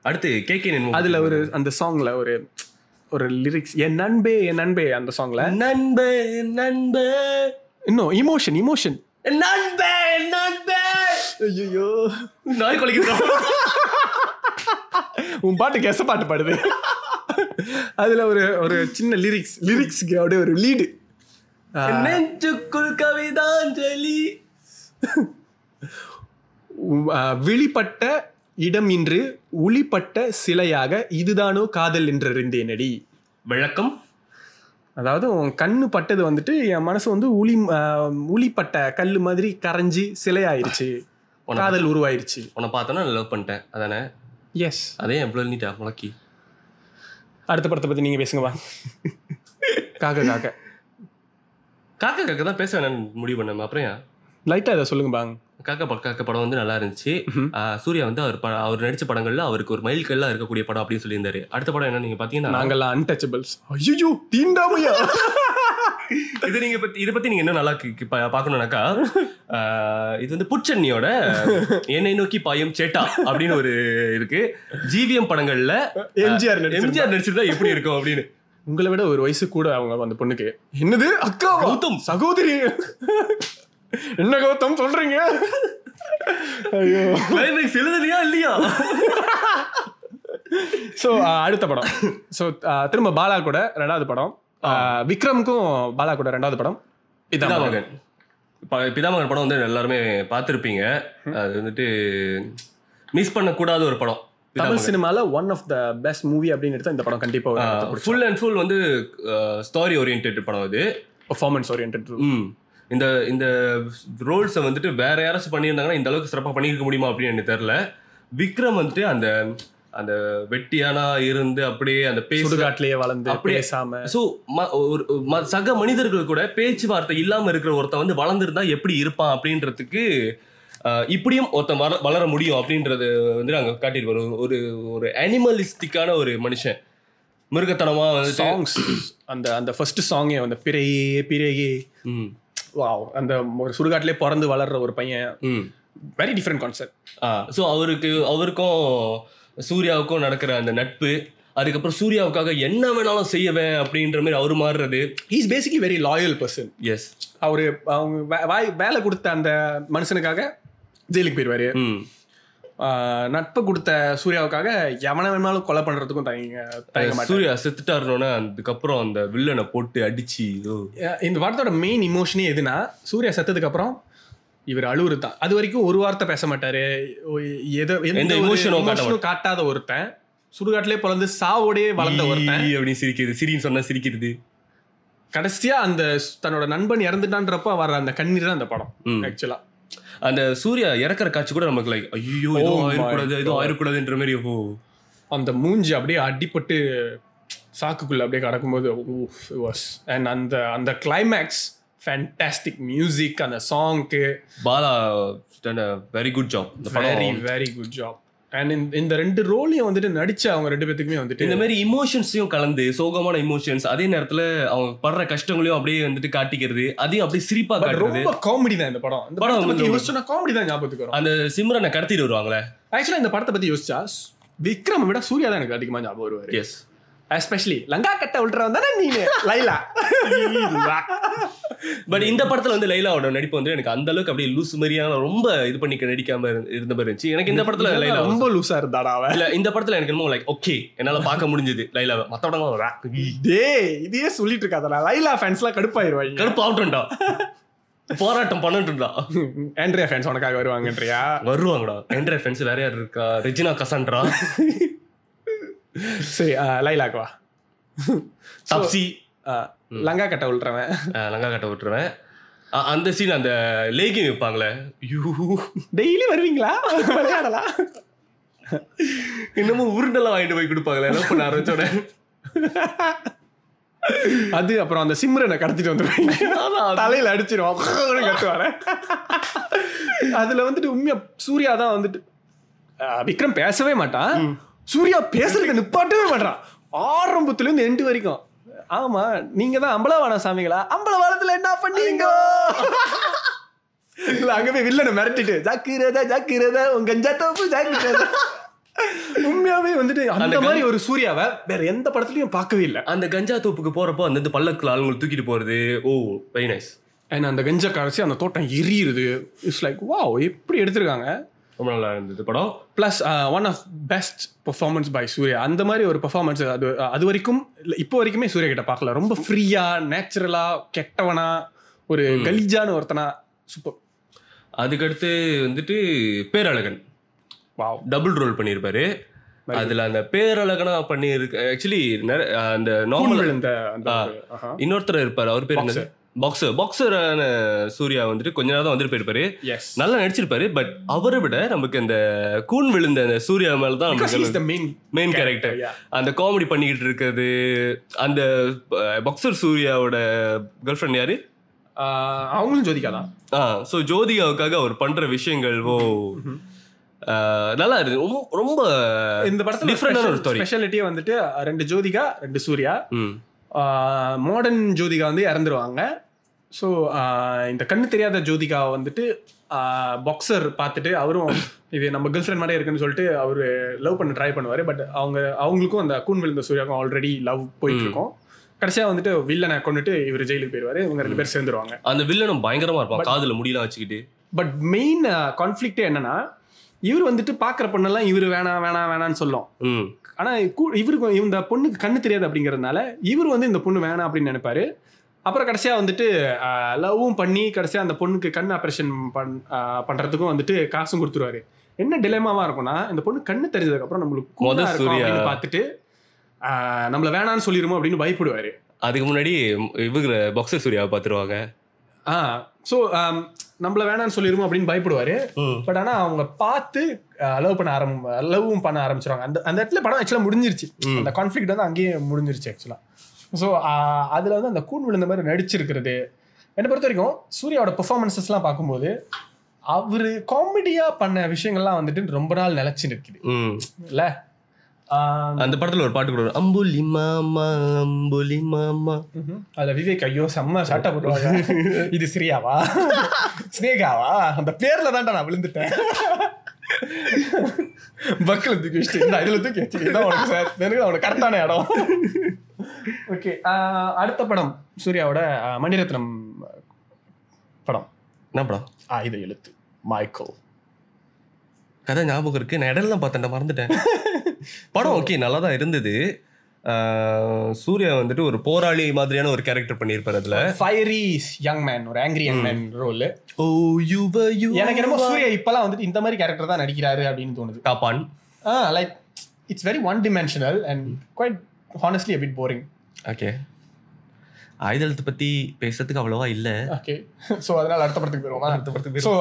B: அடுத்து KK நிர்மூ.
C: அதில் ஒரு அந்த சாங்கில் ஒரு ஒரு லிரிக்ஸ் என் நண்பே என் நண்பே அந்த சாங்கில்
B: நண்பே நண்பே
C: இன்னும் இமோஷன் இமோஷன்
B: நண்பே நண்பே
C: ஐயோ
B: நாய் கொலைக்குது
C: உன் பாட்டு கெச பாட்டு பாடுது அதுல ஒரு ஒரு சின்ன லிரிக்ஸ் லிரிக்ஸ்க்கு அப்படியே ஒரு லீடு
B: நெஞ்சுக்குள் கவிதாஞ்சலி
C: வெளிப்பட்ட இடம் இன்று ஒளிப்பட்ட சிலையாக இதுதானோ காதல் என்றறிந்தேனடி
B: விளக்கம்
C: அதாவது உன் கண்ணு பட்டது வந்துட்டு என் மனசு வந்து உளி உளிப்பட்ட கல் மாதிரி கரைஞ்சி சிலையாயிருச்சு
B: உனக்கு-
C: காதல் உருவாயிருச்சு
B: உன்னை பார்த்தோன்னா லவ் பண்ணிட்டேன் அதானே
C: எஸ்
B: அதே எவ்வளோ நீட்டா முளக்கி
C: அடுத்த படத்தை பத்தி நீங்க பேசுங்க வா காக்க காக்க
B: காக்கா காக்கா தான் பேச வேணாம்னு முடிவு பண்ணேன் அப்புறம் ஏன்?
C: லைட்டா இதை சொல்லுங்க பாங்க
B: காக்கா ப- காக்கா படம் வந்து நல்லா இருந்துச்சு
C: ம்ஹும்.
B: ஆ, சூர்யா வந்து அவர் ப- அவர் நடிச்ச படங்கள்ல அவருக்கு ஒரு மைல்கல்லா இருக்கக்கூடிய படம் அப்படின்னு சொல்லியிருந்தாரு அடுத்த படம் என்ன நீங்க பாத்தீங்கன்னா
C: நாங்கெல்லாம் அன்டச்சபிள்ஸ் ஐயோ தீண்டாமையா
B: இது நீங்க பத்தி இதை பத்தி நீங்க இன்னும் நல்லா கி- கி- பா- பார்க்கணும்னாக்கா ஆ, இது வந்து புட்சன்னியோட என்னை நோக்கி பாயும் சேட்டா அப்படின்னு ஒரு இருக்கு ஜிவிஎம் படங்கள்ல
C: எம்ஜிஆர் நடிச்சிருந்தா
B: எம்ஜிஆர் நடிச்சிருந்தா எப்படி இருக்கும் அப்படின்னு
C: உங்களை விட ஒரு வயசு கூட அவங்க அந்த பொண்ணுக்கு என்னது அக்கா
B: கௌதம்.
C: சகோதரி என்ன கௌதம் சொல்றீங்க ஐயோ
B: கிளைமேக்ஸ் எழுதலையா இல்லையா
C: ஸோ அடுத்த படம் ஸோ திரும்ப பாலா கூட ரெண்டாவது படம் அஹ், விக்ரமுக்கும் பாலா கூட ரெண்டாவது படம் இதான்
B: பிதாமகன் ப- பிதாமகன் படம் வந்து எல்லாருமே பார்த்துருப்பீங்க அது வந்துட்டு மிஸ் பண்ணக்கூடாத ஒரு படம்
C: தமிழ் சினிமால one of the best movie அப்படின்னு எடுத்தா இந்த படம் கண்டிப்பா
B: ஃபுல் அண்ட் ஃபுல் வந்து ஸ்டாரி ஓரியன்ட் படம் அது
C: பெர்ஃபார்மன்ஸ் ஓரியன்ட்
B: ம் இந்த இந்த ரோல்ஸை வந்துட்டு வேற யாராச்சும் பண்ணியிருந்தாங்கன்னா இந்த அளவுக்கு சிறப்பாக பண்ணியிருக்க முடியுமா அப்படின்னு எனக்கு தெரில விக்ரம் வந்துட்டு அந்த அந்த வெட்டியானா இருந்து அப்படியே அந்த பேசு
C: சுடுகாட்டிலேயே வளர்ந்து
B: அப்படியே.
C: பேசாம
B: ஸோ ஒரு ம- சக மனிதர்கள் கூட பேச்சுவார்த்தை இல்லாம இருக்கிற ஒருத்தன் வந்து வளர்ந்துருந்தா எப்படி இருப்பான் அப்படின்றதுக்கு அஹ், இப்படியும் ஒருத்தன் வள வளர முடியும் அப்படின்றது வந்து நாங்க காட்டியிருப்போம் ஒரு- ஒரு ஒரு அனிமலிஸ்டிக்கான ஒரு மனுஷன் மிருகத்தனமா வந்து
C: சாங்ஸ் அந்த அந்த ஃபர்ஸ்ட் சாங்கே அந்த பிறையே பிறையே
B: ம்
C: வாவ் அந்த ஒரு சுடுகாட்டிலே பிறந்து வளர்ற ஒரு பையன்
B: ம்
C: வெரி டிஃப்ரெண்ட் கான்செப்ட்
B: ஸோ அவருக்கு அவருக்கும் சூர்யாவுக்கும் நடக்கிற அந்த நட்பு அதுக்கப்புறம் சூர்யாவுக்காக என்ன வேணாலும் செய்யவேன் அப்படின்ற மாதிரி அவர் மாறுறது
C: is basically very loyal person
B: yes
C: அவரு அவங்க வே- வாய்- வேலை கொடுத்த அந்த மனுஷனுக்காக ஜெயிலுக்கு போயிடுவாரு
B: ம்
C: ஆஹ் நட்பை கொடுத்த சூர்யாவுக்காக எவன வேணாலும் கொலை பண்றதுக்கும் தயங்க தயங்க மாட்டாங்க
B: சூர்யா செத்துட்டாருனோடனே அதுக்கப்புறம் அந்த வில்லனை போட்டு அடிச்சு இதோ
C: அஹ் இந்த படத்தோட மெயின் இமோஷனே எதுனா சூர்யா செத்ததுக்கு அப்புறம் இவர் அழுவுறது தான் அது வரைக்கும் ஒரு வார்த்தை பேச மாட்டாரு ஒ- எத எந்த
B: எந்த
C: ஒரு
B: emotion உம் காட்ட
C: emotion உம் காட்டாத ஒருத்தன் சுடுகாட்டிலே பிறந்து சாவோடயே வளர்ந்த ஒருத்தன்
B: ஈ அப்படின்னு சிரிக்கிறது சிரின்னு சொன்னா சிரிக்கிறது
C: கடைசியா அந்த ஸ்- தன்னோட நண்பன் இறந்துட்டான்றப்ப வர அந்த கண்ணீர் தான் அந்த படம்
B: ம்.
C: ஆக்சுவலா
B: அந்த சூர்யா இறக்குற காட்சி கூட நமக்கு லைக் ஐயோ
C: Oh
B: எதுவும்
C: my
B: ஆயிடக்கூடாது எதுவும்
C: God.
B: ஆயிடக்கூடாதுன்ற மாதிரி ஓ
C: அந்த மூஞ்சி அப்படியே அடிபட்டு சாக்குக்குள்ள அப்படியே கடக்கும்போது oof, it was- and அந்த அந்த கிளைமேக்ஸ் ஃபேண்டாஸ்டிக் மியூசிக் அந்த சாங்க்கு
B: பாலா வெரி குட் ஜாப் இந்த
C: வெரி
B: படம்
C: வெரி குட் ஜாப் அண்ட் இந்த ரெண்டு ரோலையும் வந்துட்டு நடிச்ச அவங்க ரெண்டு பேத்துக்குமே வந்துட்டு
B: இந்த மாதிரி இமோஷன்ஸையும் கலந்து சோகமான இமோஷன்ஸ் அதே நேரத்துல அவங்க படுற கஷ்டங்களையும் அப்படியே வந்துட்டு காட்டிக்கிறது அதையும் அப்படியே சிரிப்பா
C: But
B: காட்டுறது
C: ரொம்ப காமெடி தான் இந்த படம் இந்த
B: படம்
C: படத்தை பத்தி
B: வந்து-
C: யோசிச்சோன்னா காமெடி தான் ஞாபகத்துக்கு வரும்
B: அந்த சிம்ரனை கடத்திட்டு வருவாங்களே
C: ஆக்சுவலா இந்த படத்தை பத்தி யோசிச்சா விக்ரம் விட சூர்யா தான் எனக்கு அதிகமா ஞாபகம் வருவாரு
B: எஸ்
C: எஸ்பெஷலி லங்கா கட்ட விட்டுறவன் தானே நீங்க லைலா
B: பட் இந்த படத்துல வந்து லைலாவோட நடிப்பு வந்து எனக்கு அந்த அளவுக்கு அப்படியே லூஸ் மாதிரியான ரொம்ப இது பண்ணிக்க நடிக்காம இரு- இருந்த மாதிரி இருந்துச்சு எனக்கு இந்த படத்துல லைலா
C: ரொம்ப லூசா இருந்தாடா அவன்
B: இல்ல இந்த படத்துல எனக்கு என்னமோ லைக் ஓகே என்னால பார்க்க முடிஞ்சது லைலாவை மத்த படங்களும் ஒரு rack.
C: டேய் இதையே சொல்லிட்டு இருக்காதடா லைலா ஃபேன்ஸ் எல்லாம் கடுப்பாயிருவாங்க
B: கடுப்பு ஆகட்டும்டா போராட்டம் பண்ணட்டும்டா
C: ஆண்ட்ரியா ஃபேன்ஸ் உனக்காக வருவாங்கன்றியா
B: வருவாங்கடா என்ற ஃப்ரெண்ட்ஸ் வேற யார் இருக்கா ரெஜினா கசான்ட்ரா
C: சரி அஹ், லைலாக்கு வா
B: தப்சி
C: அஹ், லங்கா கட்ட விட்டுறவன்
B: அஹ் லங்கா கட்ட விட்டுருவேன் அ- அந்த சீன் அந்த லேகிங் வைப்பாங்களே யூ
C: டெய்லி வருவீங்களா விளையாடலாம்
B: இன்னமும் உருண்டெல்லாம் வாங்கிட்டு போய் கொடுப்பாங்களே என்ன பண்ண ஆரம்பிச்சோட
C: அது அப்புறம் அந்த சிம்ரனை கடத்திட்டு வந்துருவாங்க தலையில அடிச்சிருவான் அப்படின்னு கத்துவாரு அதுல வந்துட்டு உண்மையா சூர்யா தான் வந்துட்டு அஹ், விக்ரம் பேசவே மாட்டான் சூர்யா பேசுறத நிப்பாட்டவே மாட்டான் ஆரம்பத்துல இருந்து எண்டு வரைக்கும் ஆமா நீங்க தான் அம்பலவான சாமிங்களா அம்பலவானத்துல என்ன பண்ணீங்க இல்ல அங்க போய் வில்லனை மிரட்டிட்டு ஜாக்கிரதா ஜாக்கிரதா உங்க கஞ்சா தோப்பு ஜாக்கிரதா உண்மையாவே வந்துட்டு அந்த மாதிரி ஒரு சூர்யாவை வேற எந்த படத்துலயும் பார்க்கவே இல்லை
B: அந்த கஞ்சா தோப்புக்கு போறப்போ அந்த பல்லக்குல ஆளுங்களை தூக்கிட்டு போறது ஓ வெரி நைஸ்
C: அண்ட் அந்த கஞ்சா கரைச்சி அந்த தோட்டம் எரியுது இட்ஸ் லைக் வாவ் எப்படி எடுத்திருக்காங்க uh,
B: ரொம்ப நல்லா இருந்தது படம்
C: plus one of best performance by Suriya அந்த மாதிரி ஒரு பெர்ஃபார்மன்ஸ் அது அது வரைக்கும் இல்ல, இப்போ வரைக்குமே சூர்யா கிட்ட பார்க்கல ரொம்ப ஃப்ரீயா நேச்சுரலா கெட்டவனா ஒரு கலிஜான ஒருத்தனா சூப்பர்
B: அதுக்கடுத்து வந்துட்டு பேரழகன்
C: வாவ்
B: டபுள் ரோல் பண்ணியிருப்பாரு அதுல அந்த பேரழகனா பண்ணியிருக்க ஆக்சுவலி அந்த நார்மல்
C: இந்த அந்த
B: ஆ.
C: ஒரு- ஆஹா.
B: இன்னொருத்தர் இருப்பாரு அவர் பேர் என்ன பாக்ஸர் பாக்ஸரான சூர்யா வந்துட்டு கொஞ்ச நேரம் தான் வந்துட்டு போயிருப்பாரு
C: Yes.
B: நல்லா நடிச்சிருப்பாரு பட் அவரை விட நமக்கு அந்த கூன் விழுந்த அந்த சூர்யா மேல தான்
C: Because he is
B: நமக்கு
C: the main
B: main character
C: yeah.
B: அந்த காமெடி பண்ணிக்கிட்டு இருக்கிறது அந்த பாக்ஸர் சூர்யாவோட கேர்ள் ஃப்ரெண்ட் யாரு
C: ஆ, Uh, அவங்களும் ஜோதிகா தான்
B: ஆ ஸோ ஜோதிகாவுக்காக அவர் பண்ற விஷயங்கள் ஓ ஆ, நல்லா இருக்கு ரொம்ப ரொம்ப
C: இந்த படத்துல
B: டிஃப்ரெண்டான Uh, ஒரு ஸ்டோரி
C: ஸ்பெஷாலிட்டியே வந்துட்டு அஹ், ரெண்டு ஜோதிகா ரெண்டு சூர்யா
B: ம்
C: மாடர்ன் ஜோதிகா வந்து இறந்துருவாங்க ஸோ இந்த கண்ணு தெரியாத ஜோதிகா வந்துட்டு பாக்ஸர் பார்த்துட்டு அவரும் இது நம்ம கேர்ள் ஃப்ரெண்ட் மாதிரி இருக்குன்னு சொல்லிட்டு அவர் லவ் பண்ண ட்ரை பண்ணுவார் பட் அவங்க அவங்களுக்கும் அந்த கூன் விழுந்த சூர்யாக்கும் ஆல்ரெடி லவ் போயிட்டு இருக்கும் கடைசியாக வந்துட்டு வில்லனை கொண்டுட்டு இவர் ஜெயிலுக்கு போயிடுவார் இவங்க ரெண்டு பேர் சேர்ந்துருவாங்க
B: அந்த வில்லனும் பயங்கரமா இருப்பான் காதுல முடியெல்லாம் வச்சுக்கிட்டு
C: பட் மெயின் கான்ஃப்ளிக்டே என்னன்னா இவர் வந்துட்டு பார்க்குற பொண்ணெல்லாம் இவர் வேணாம் வேணாம் வேணான்னு சொல்லும்
B: ம்
C: ஆனா கூ- இவருக்கு இந்த பொண்ணுக்கு கண்ணு தெரியாது அப்படிங்கறதுனால இவர் வந்து இந்த பொண்ணு வேணாம் அப்படின்னு நினைப்பாரு அப்புறம் கடைசியா வந்துட்டு லவ்வும் பண்ணி கடைசியா அந்த பொண்ணுக்கு கண் ஆப்ரேஷன் பண் ஆஹ், பண்றதுக்கும் வந்துட்டு காசும் கொடுத்துருவாரு என்ன டிலேமாவா இருக்கும்னா இந்த பொண்ணு கண்ணு தெரிஞ்சதுக்கு அப்புறம் நம்மளுக்கு
B: மொத
C: கூலா இருக்கும்
B: சூர்யா.
C: அப்படின்னு பார்த்துட்டு ஆஹ், நம்மள வேணாம்னு சொல்லிருமோ அப்படின்னு பயப்படுவாரு
B: அதுக்கு முன்னாடி இவங்க பாக்ஸர் சூர்யாவை பார்த்துருவாங்க
C: ஆ ஸோ நம்மள வேணாம்னு சொல்லிருமோ அப்படின்னு பயப்படுவாரு பட் ஆனா அவங்க பார்த்து லவ் பண்ண ஆரம்பி லவ்வும் பண்ண ஆரம்பிச்சிருவாங்க அந்த அந்த இடத்துல படம் ஆக்சுவலாக முடிஞ்சிருச்சு
B: ம்.
C: அந்த கான்ஃப்ளிக்ட் வந்து அங்கேயே முடிஞ்சிருச்சு ஆக்சுவலாக ஸோ அதில் வந்து அந்த கூண் விழுந்த மாதிரி நடிச்சிருக்கிறது என்னை பொறுத்த வரைக்கும் சூர்யாவோட பெர்ஃபார்மன்ஸஸ்லாம் பார்க்கும்போது அவர் காமெடியாக பண்ண விஷயங்கள்லாம் வந்துட்டு ரொம்ப நாள் நிலச்சி நிற்குது
B: ம்
C: இல்லை
B: அந்த படத்துல ஒரு பாட்டு கூட வரும். அம்புலி மாமா அம்புலி மாமா
C: அதில் விவேக் ஐயோ செம்ம ஷார்ட்டாக போட்டுருவாங்க இது ஸ்ரீயாவா ஸ்னேகாவா அந்த பேரில் தான்டா நான் விழுந்துட்டேன் பக்கில் தூக்கி வச்சுட்டு இந்த இதில் தூக்கி வச்சு இதான் உனக்கு சார் எனக்கு அவனுக்கு கரெக்டான இடம் ஓகே அடுத்த படம் சூர்யாவோட ஆஹ், மணிரத்னம் படம்
B: என்ன படம்
C: ஆயுத எழுத்து மைக்கேல்
B: கதை ஞாபகம் இருக்கு நான் இடம் பார்த்தேன் மறந்துட்டேன் படம் ஓகே நல்லா தான் இருந்தது ஆஹ் சூர்யா வந்துட்டு ஒரு போராளி மாதிரியான ஒரு கேரக்டர் பண்ணியிருப்பாரு அதுல
C: ஃபயரி யங் மேன் ஒரு angry young man role
B: oh Yuva Yuva
C: எனக்கு என்னமோ சூர்யா இப்பெல்லாம் வந்துட்டு இந்த மாதிரி கேரக்டர் தான் நடிக்கிறாரு அப்படின்னு தோணுது
B: காப்பான்
C: ஆ like it's very one dimensional and quite honestly a bit boring
B: okay ஆயுதத்தை பத்தி பேசுறதுக்கு அவ்வளவா இல்ல
C: ஓகே ஸோ அதனால அடுத்த படத்துக்கு போயிருவோமா
B: அடுத்த படத்துக்கு
C: ஸோ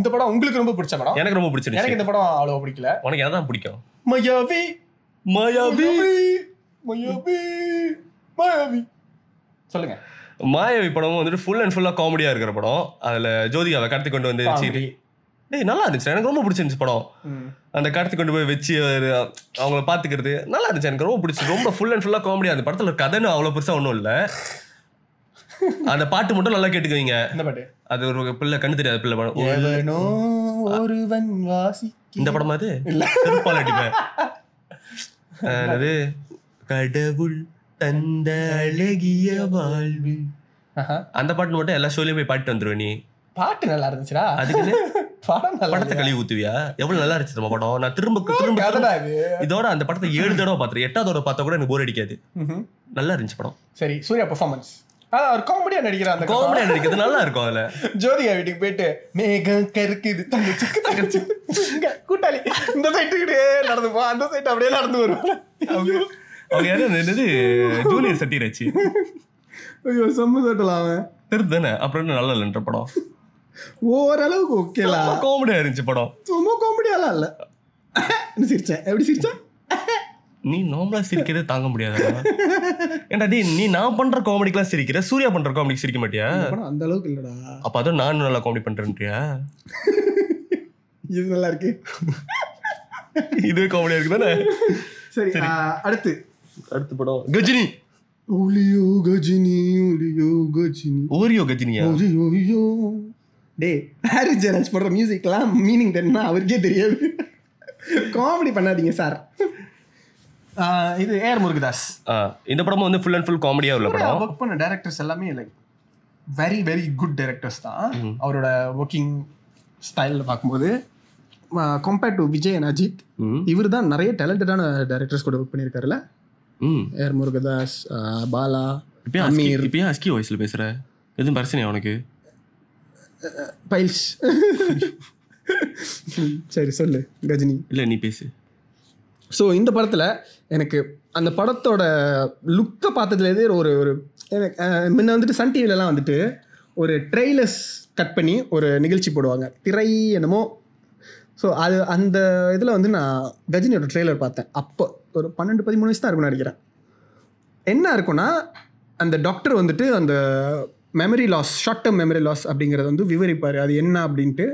C: இந்த படம் உங்களுக்கு ரொம்ப பிடிச்ச படம்
B: எனக்கு ரொம்ப
C: எனக்கு
B: பிடிச்சிருந்துச்சு
C: இந்த படம் அவ்வளோ பிடிக்கல
B: உனக்கு என்னதான் பிடிக்கும்
C: மயாவி
B: மாயாவி
C: மயாவி மயாவி சொல்லுங்க
B: மாயவி படமும் வந்துட்டு ஃபுல் அண்ட் ஃபுல்லா காமெடியா இருக்கிற படம் அதுல ஜோதிகாவை கடத்தி கொண்டு வந்து வச்சுக்கிட்டு டேய் நல்லா இருந்துச்சு எனக்கு ரொம்ப பிடிச்சிருந்துச்சு படம் அந்த கடத்தி கொண்டு போய் வச்சு அவரு அவங்கள பாத்துக்கிறது நல்லா இருந்துச்சு எனக்கு ரொம்ப பிடிச்சி ரொம்ப ஃபுல் அண்ட் ஃபுல்லா காமெடியா அந்த படத்துல ஒரு கதைன்னு அவ்வளவு பெருசா ஒன்றும் இல்ல அந்த பாட்டு மட்டும் நல்லா கேட்டுக்குவீங்க
C: இந்த பாட்டு
B: அது ஒரு பிள்ளை கண்ணு தெரியாத பிள்ளை படம் ஒரு-
C: எவனோ ஒருவன் வாசி
B: இந்த படமா அது செருப்பால் அடிப்பேன் அஹ், என்னது கடவுள் தந்த அழகிய வாழ்வு அந்த பாட்டு மட்டும் எல்லா ஷோலையும் போய் பாட்டு வந்துருவ நீ
C: பாட்டு நல்லா இருந்துச்சுடா
B: அதுக்குன்னு
C: படம் நல்லா
B: படத்தை கழுவி ஊத்துவியா எவ்வளவு நல்லா இருந்துச்சு நம்ம படம் நான் திரும்ப திரும்ப
C: கதடா இது
B: இதோட அந்த படத்தை ஏழு தடவை பாத்துறேன் எட்டாவது தடவை பார்த்தா கூட எனக்கு போர் அடிக்காது
C: ம்ஹும்.
B: நல்லா இருந்துச்சு படம்
C: சரி சூர்யா பெர்ஃபார்மன்ஸ் அதான் அவர் காமெடியா நடிக்கிற அந்த
B: காமெடியா நடிக்கிறது நல்லா இருக்கும் அதுல
C: கதை. ஜோதிகா வீட்டுக்கு போயிட்டு மேகம் கருக்குது தங்கச்சிக்கு தங்கச்சி இங்க கூட்டாளி இந்த சைட்டுக்கிட்டே நடந்து போ அந்த சைட் அப்படியே நடந்து வருவோம் ஐயோ.
B: அவங்க யாரு அந்த என்னது ஜூனியர் சட்டிராச்சு
C: ஐயோ செம்ம சட்டலாம் அவன்
B: திருத்தானே அப்புறம் என்ன நல்லா இல்லைன்ற படம்
C: ஓரளவுக்கு ஓகேலாம்
B: காமெடியா இருந்துச்சு படம்
C: சும்மா காமெடியாலாம் இல்ல சிரிச்சேன் எப்படி சிரிச்சேன்
B: நீ நார்மலா சிரிக்கிறதே தாங்க முடியாது ஏன்டா டேய் நீ நான் பண்ற காமெடிக்கெல்லாம் சிரிக்கிற சூர்யா பண்ற காமெடிக்கு சிரிக்க மாட்டியா
C: இந்த படம் அந்த அளவுக்கு இல்லடா
B: அப்ப அதுவும் நான் நல்லா காமெடி பண்றேன்றியா
C: இது நல்லா இருக்கு
B: இதுவே காமெடியா இருக்குதானே
C: சரி ஆ, அடுத்து
B: அடுத்த படம் கஜினி
C: ஒளியோ கஜினி ஒளியோ கஜினி
B: ஓரியோ கஜினியா
C: ஒளியோயோ டே ஹாரிஸ் ஜெராஜ் போடுற மியூசிக்லாம் மீனிங் தெரியுமா அவருக்கே தெரியாது காமெடி பண்ணாதீங்க சார் இது ஏஆர் முருகதாஸ்
B: ஆ, இந்த படமும் வந்து ஃபுல் அண்ட் ஃபுல் காமெடியா உள்ள படம்
C: ஒர்க் பண்ண டேரக்டர்ஸ் எல்லாமே like very very good directors தான் அவரோட ஒர்க்கிங் ஸ்டைலில் பார்க்கும்போது compared to Vijay and Ajith
B: ம்,
C: இவர் தான் நிறைய டேலண்டடான டேரக்டர்ஸ் கூட ஒர்க் பண்ணியிருக்காருல்ல
B: ம்
C: ஏஆர் முருகதாஸ் ஆ, பாலா
B: இப்பயே அஸ்கி இப்பயே அஸ்கி வாய்ஸ்ல பேசுற எதுவும் பிரச்சனையா உனக்கு
C: பைல்ஸ் சரி சொல்லு கஜினி
B: இல்ல நீ பேசு
C: ஸோ இந்த படத்தில் எனக்கு அந்த படத்தோட லுக்கை பார்த்ததுலேருந்தே ஒரு ஒரு எனக்கு அஹ், முன்ன வந்துட்டு சன் டிவிலலாம் வந்துட்டு ஒரு ட்ரெய்லர்ஸ் கட் பண்ணி ஒரு நிகழ்ச்சி போடுவாங்க திரை என்னமோ ஸோ அது அந்த இதில் வந்து நான் கஜினியோட ட்ரெய்லர் பார்த்தேன் அப்போ ஒரு பன்னெண்டு பதிமூணு வயசு தான் இருக்கும்னு நினைக்கிறேன் என்ன இருக்கும்னா அந்த டாக்டர் வந்துட்டு அந்த memory loss short term memory loss அப்படிங்கிறது வந்து விவரிப்பார் அது என்ன அப்படின்ட்டு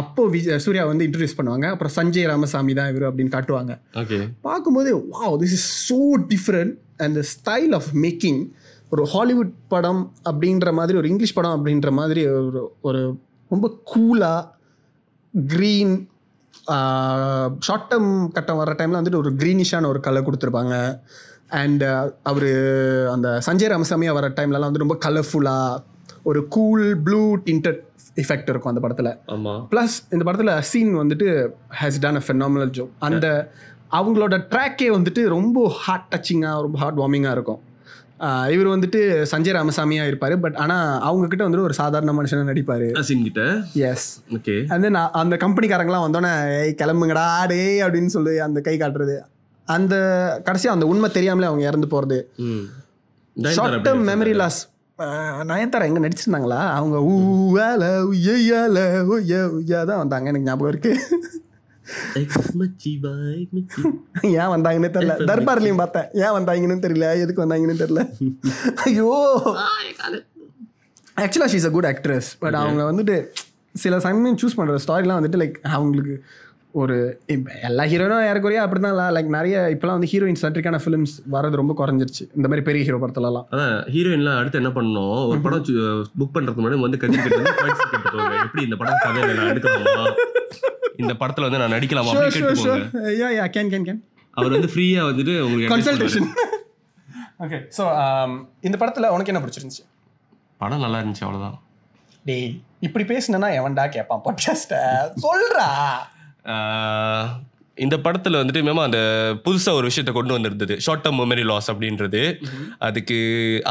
C: அப்போது விஜய் சூர்யா வந்து இன்ட்ரடியூஸ் பண்ணுவாங்க அப்புறம் சஞ்சய் ராமசாமி தான் இவர் அப்படின்னு காட்டுவாங்க
B: ஓகே
C: பார்க்கும்போது wow this is so different and the style of making ஒரு ஹாலிவுட் படம் அப்படின்ற மாதிரி ஒரு இங்கிலீஷ் படம் அப்படின்ற மாதிரி ஒரு ஒரு ரொம்ப கூலாக க்ரீன் ஷார்ட் டேர்ம் கட்டம் வர டைமில் வந்துட்டு ஒரு க்ரீனிஷான ஒரு கலர் கொடுத்துருப்பாங்க அண்ட் அவர் அந்த சஞ்சய் ராமசாமி வர டைம்லலாம் வந்து ரொம்ப கலர்ஃபுல்லாக ஒரு கூல் ப்ளூ டிண்டட் எஃபெக்ட் இருக்கும் அந்த படத்தில்
B: ஆமா
C: ப்ளஸ் இந்த படத்தில் சீன் வந்துட்டு has done a phenomenal job அந்த uh, அவங்களோட ட்ராக்கே வந்துட்டு ரொம்ப ஹார்ட் டச்சிங்காக ரொம்ப ஹார்ட் வார்மிங்காக இருக்கும் ஆஹ் இவர் வந்துட்டு சஞ்சய் ராமசாமியாக இருப்பார் பட் ஆனால் அவங்கக்கிட்ட வந்துட்டு ஒரு சாதாரண மனுஷனாக நடிப்பார்
B: அசின் கிட்ட
C: yes
B: okay
C: and then uh, அந்த கம்பெனிக்காரங்களாம் வந்தோடனே ஏய் கிளம்புங்கடா டேய் அப்படின்னு சொல்லி அந்த கை காட்டுறது அந்த கடைசியாக அந்த உண்மை தெரியாமலே அவங்க இறந்து போகிறது
B: ம்
C: short term memory loss Nayanthara எங்கே நடிச்சிருந்தாங்களா அவங்க ஊல உய்யால உய்யா உய்யா தான் வந்தாங்க எனக்கு ஞாபகம் இருக்கு ஏன் வந்தாங்கன்னு தெரியல தர்பார்லையும் பார்த்தேன் ஏன் வந்தாங்கன்னு தெரியல எதுக்கு வந்தாங்கன்னு தெரியல ஐயோ ஆக்சுவலாக she's a good actress but அவங்க வந்துட்டு சில சமயம் சூஸ் பண்ணுற ஸ்டாரிலாம் வந்துட்டு லைக் அவங்களுக்கு ஒரு இப்ப எல்லா ஹீரோனும் ஏறக்குறையா அப்படி தான் லைக் நிறைய இப்போலாம் வந்து ஹீரோயின் சென்ட்ரிக்கான ஃபிலிம்ஸ் வரது ரொம்ப குறைஞ்சிருச்சு இந்த மாதிரி பெரிய ஹீரோ படத்துலலாம்
B: அதான் ஹீரோயின்லாம் அடுத்து என்ன பண்ணணும் ஒரு படம் புக் பண்றதுக்கு முன்னாடி வந்து கத்தி கேட்டு பாய்ஸ் கேட்டு போங்க எப்படி இந்த படம் கதை நான் எடுக்கலாமா இந்த படத்துல வந்து நான் நடிக்கலாமா
C: ஷோர்
B: அப்படின்னு
C: ஷோர்
B: கேட்டு போங்க
C: sure yeah yeah can can can
B: அவர் வந்து ஃப்ரீயா வந்துட்டு உங்களுக்கு advice
C: consultation okay so um, இந்த படத்தில் உனக்கு என்ன பிடிச்சிருந்துச்சு
B: பண்ணுவாரு. படம் நல்லா இருந்துச்சு அவ்வளவுதான்
C: டேய் இப்படி பேசுனா எவன்டா கேட்பான் பாட்காஸ்ட்டை சொல்றா
B: ஆஹ், இந்த படத்துல வந்துட்டு மேமா அந்த புதுசா ஒரு விஷயத்த கொண்டு வந்திருந்தது ஷார்ட் டேர்ம் மெமரி லாஸ் அப்படின்றது அதுக்கு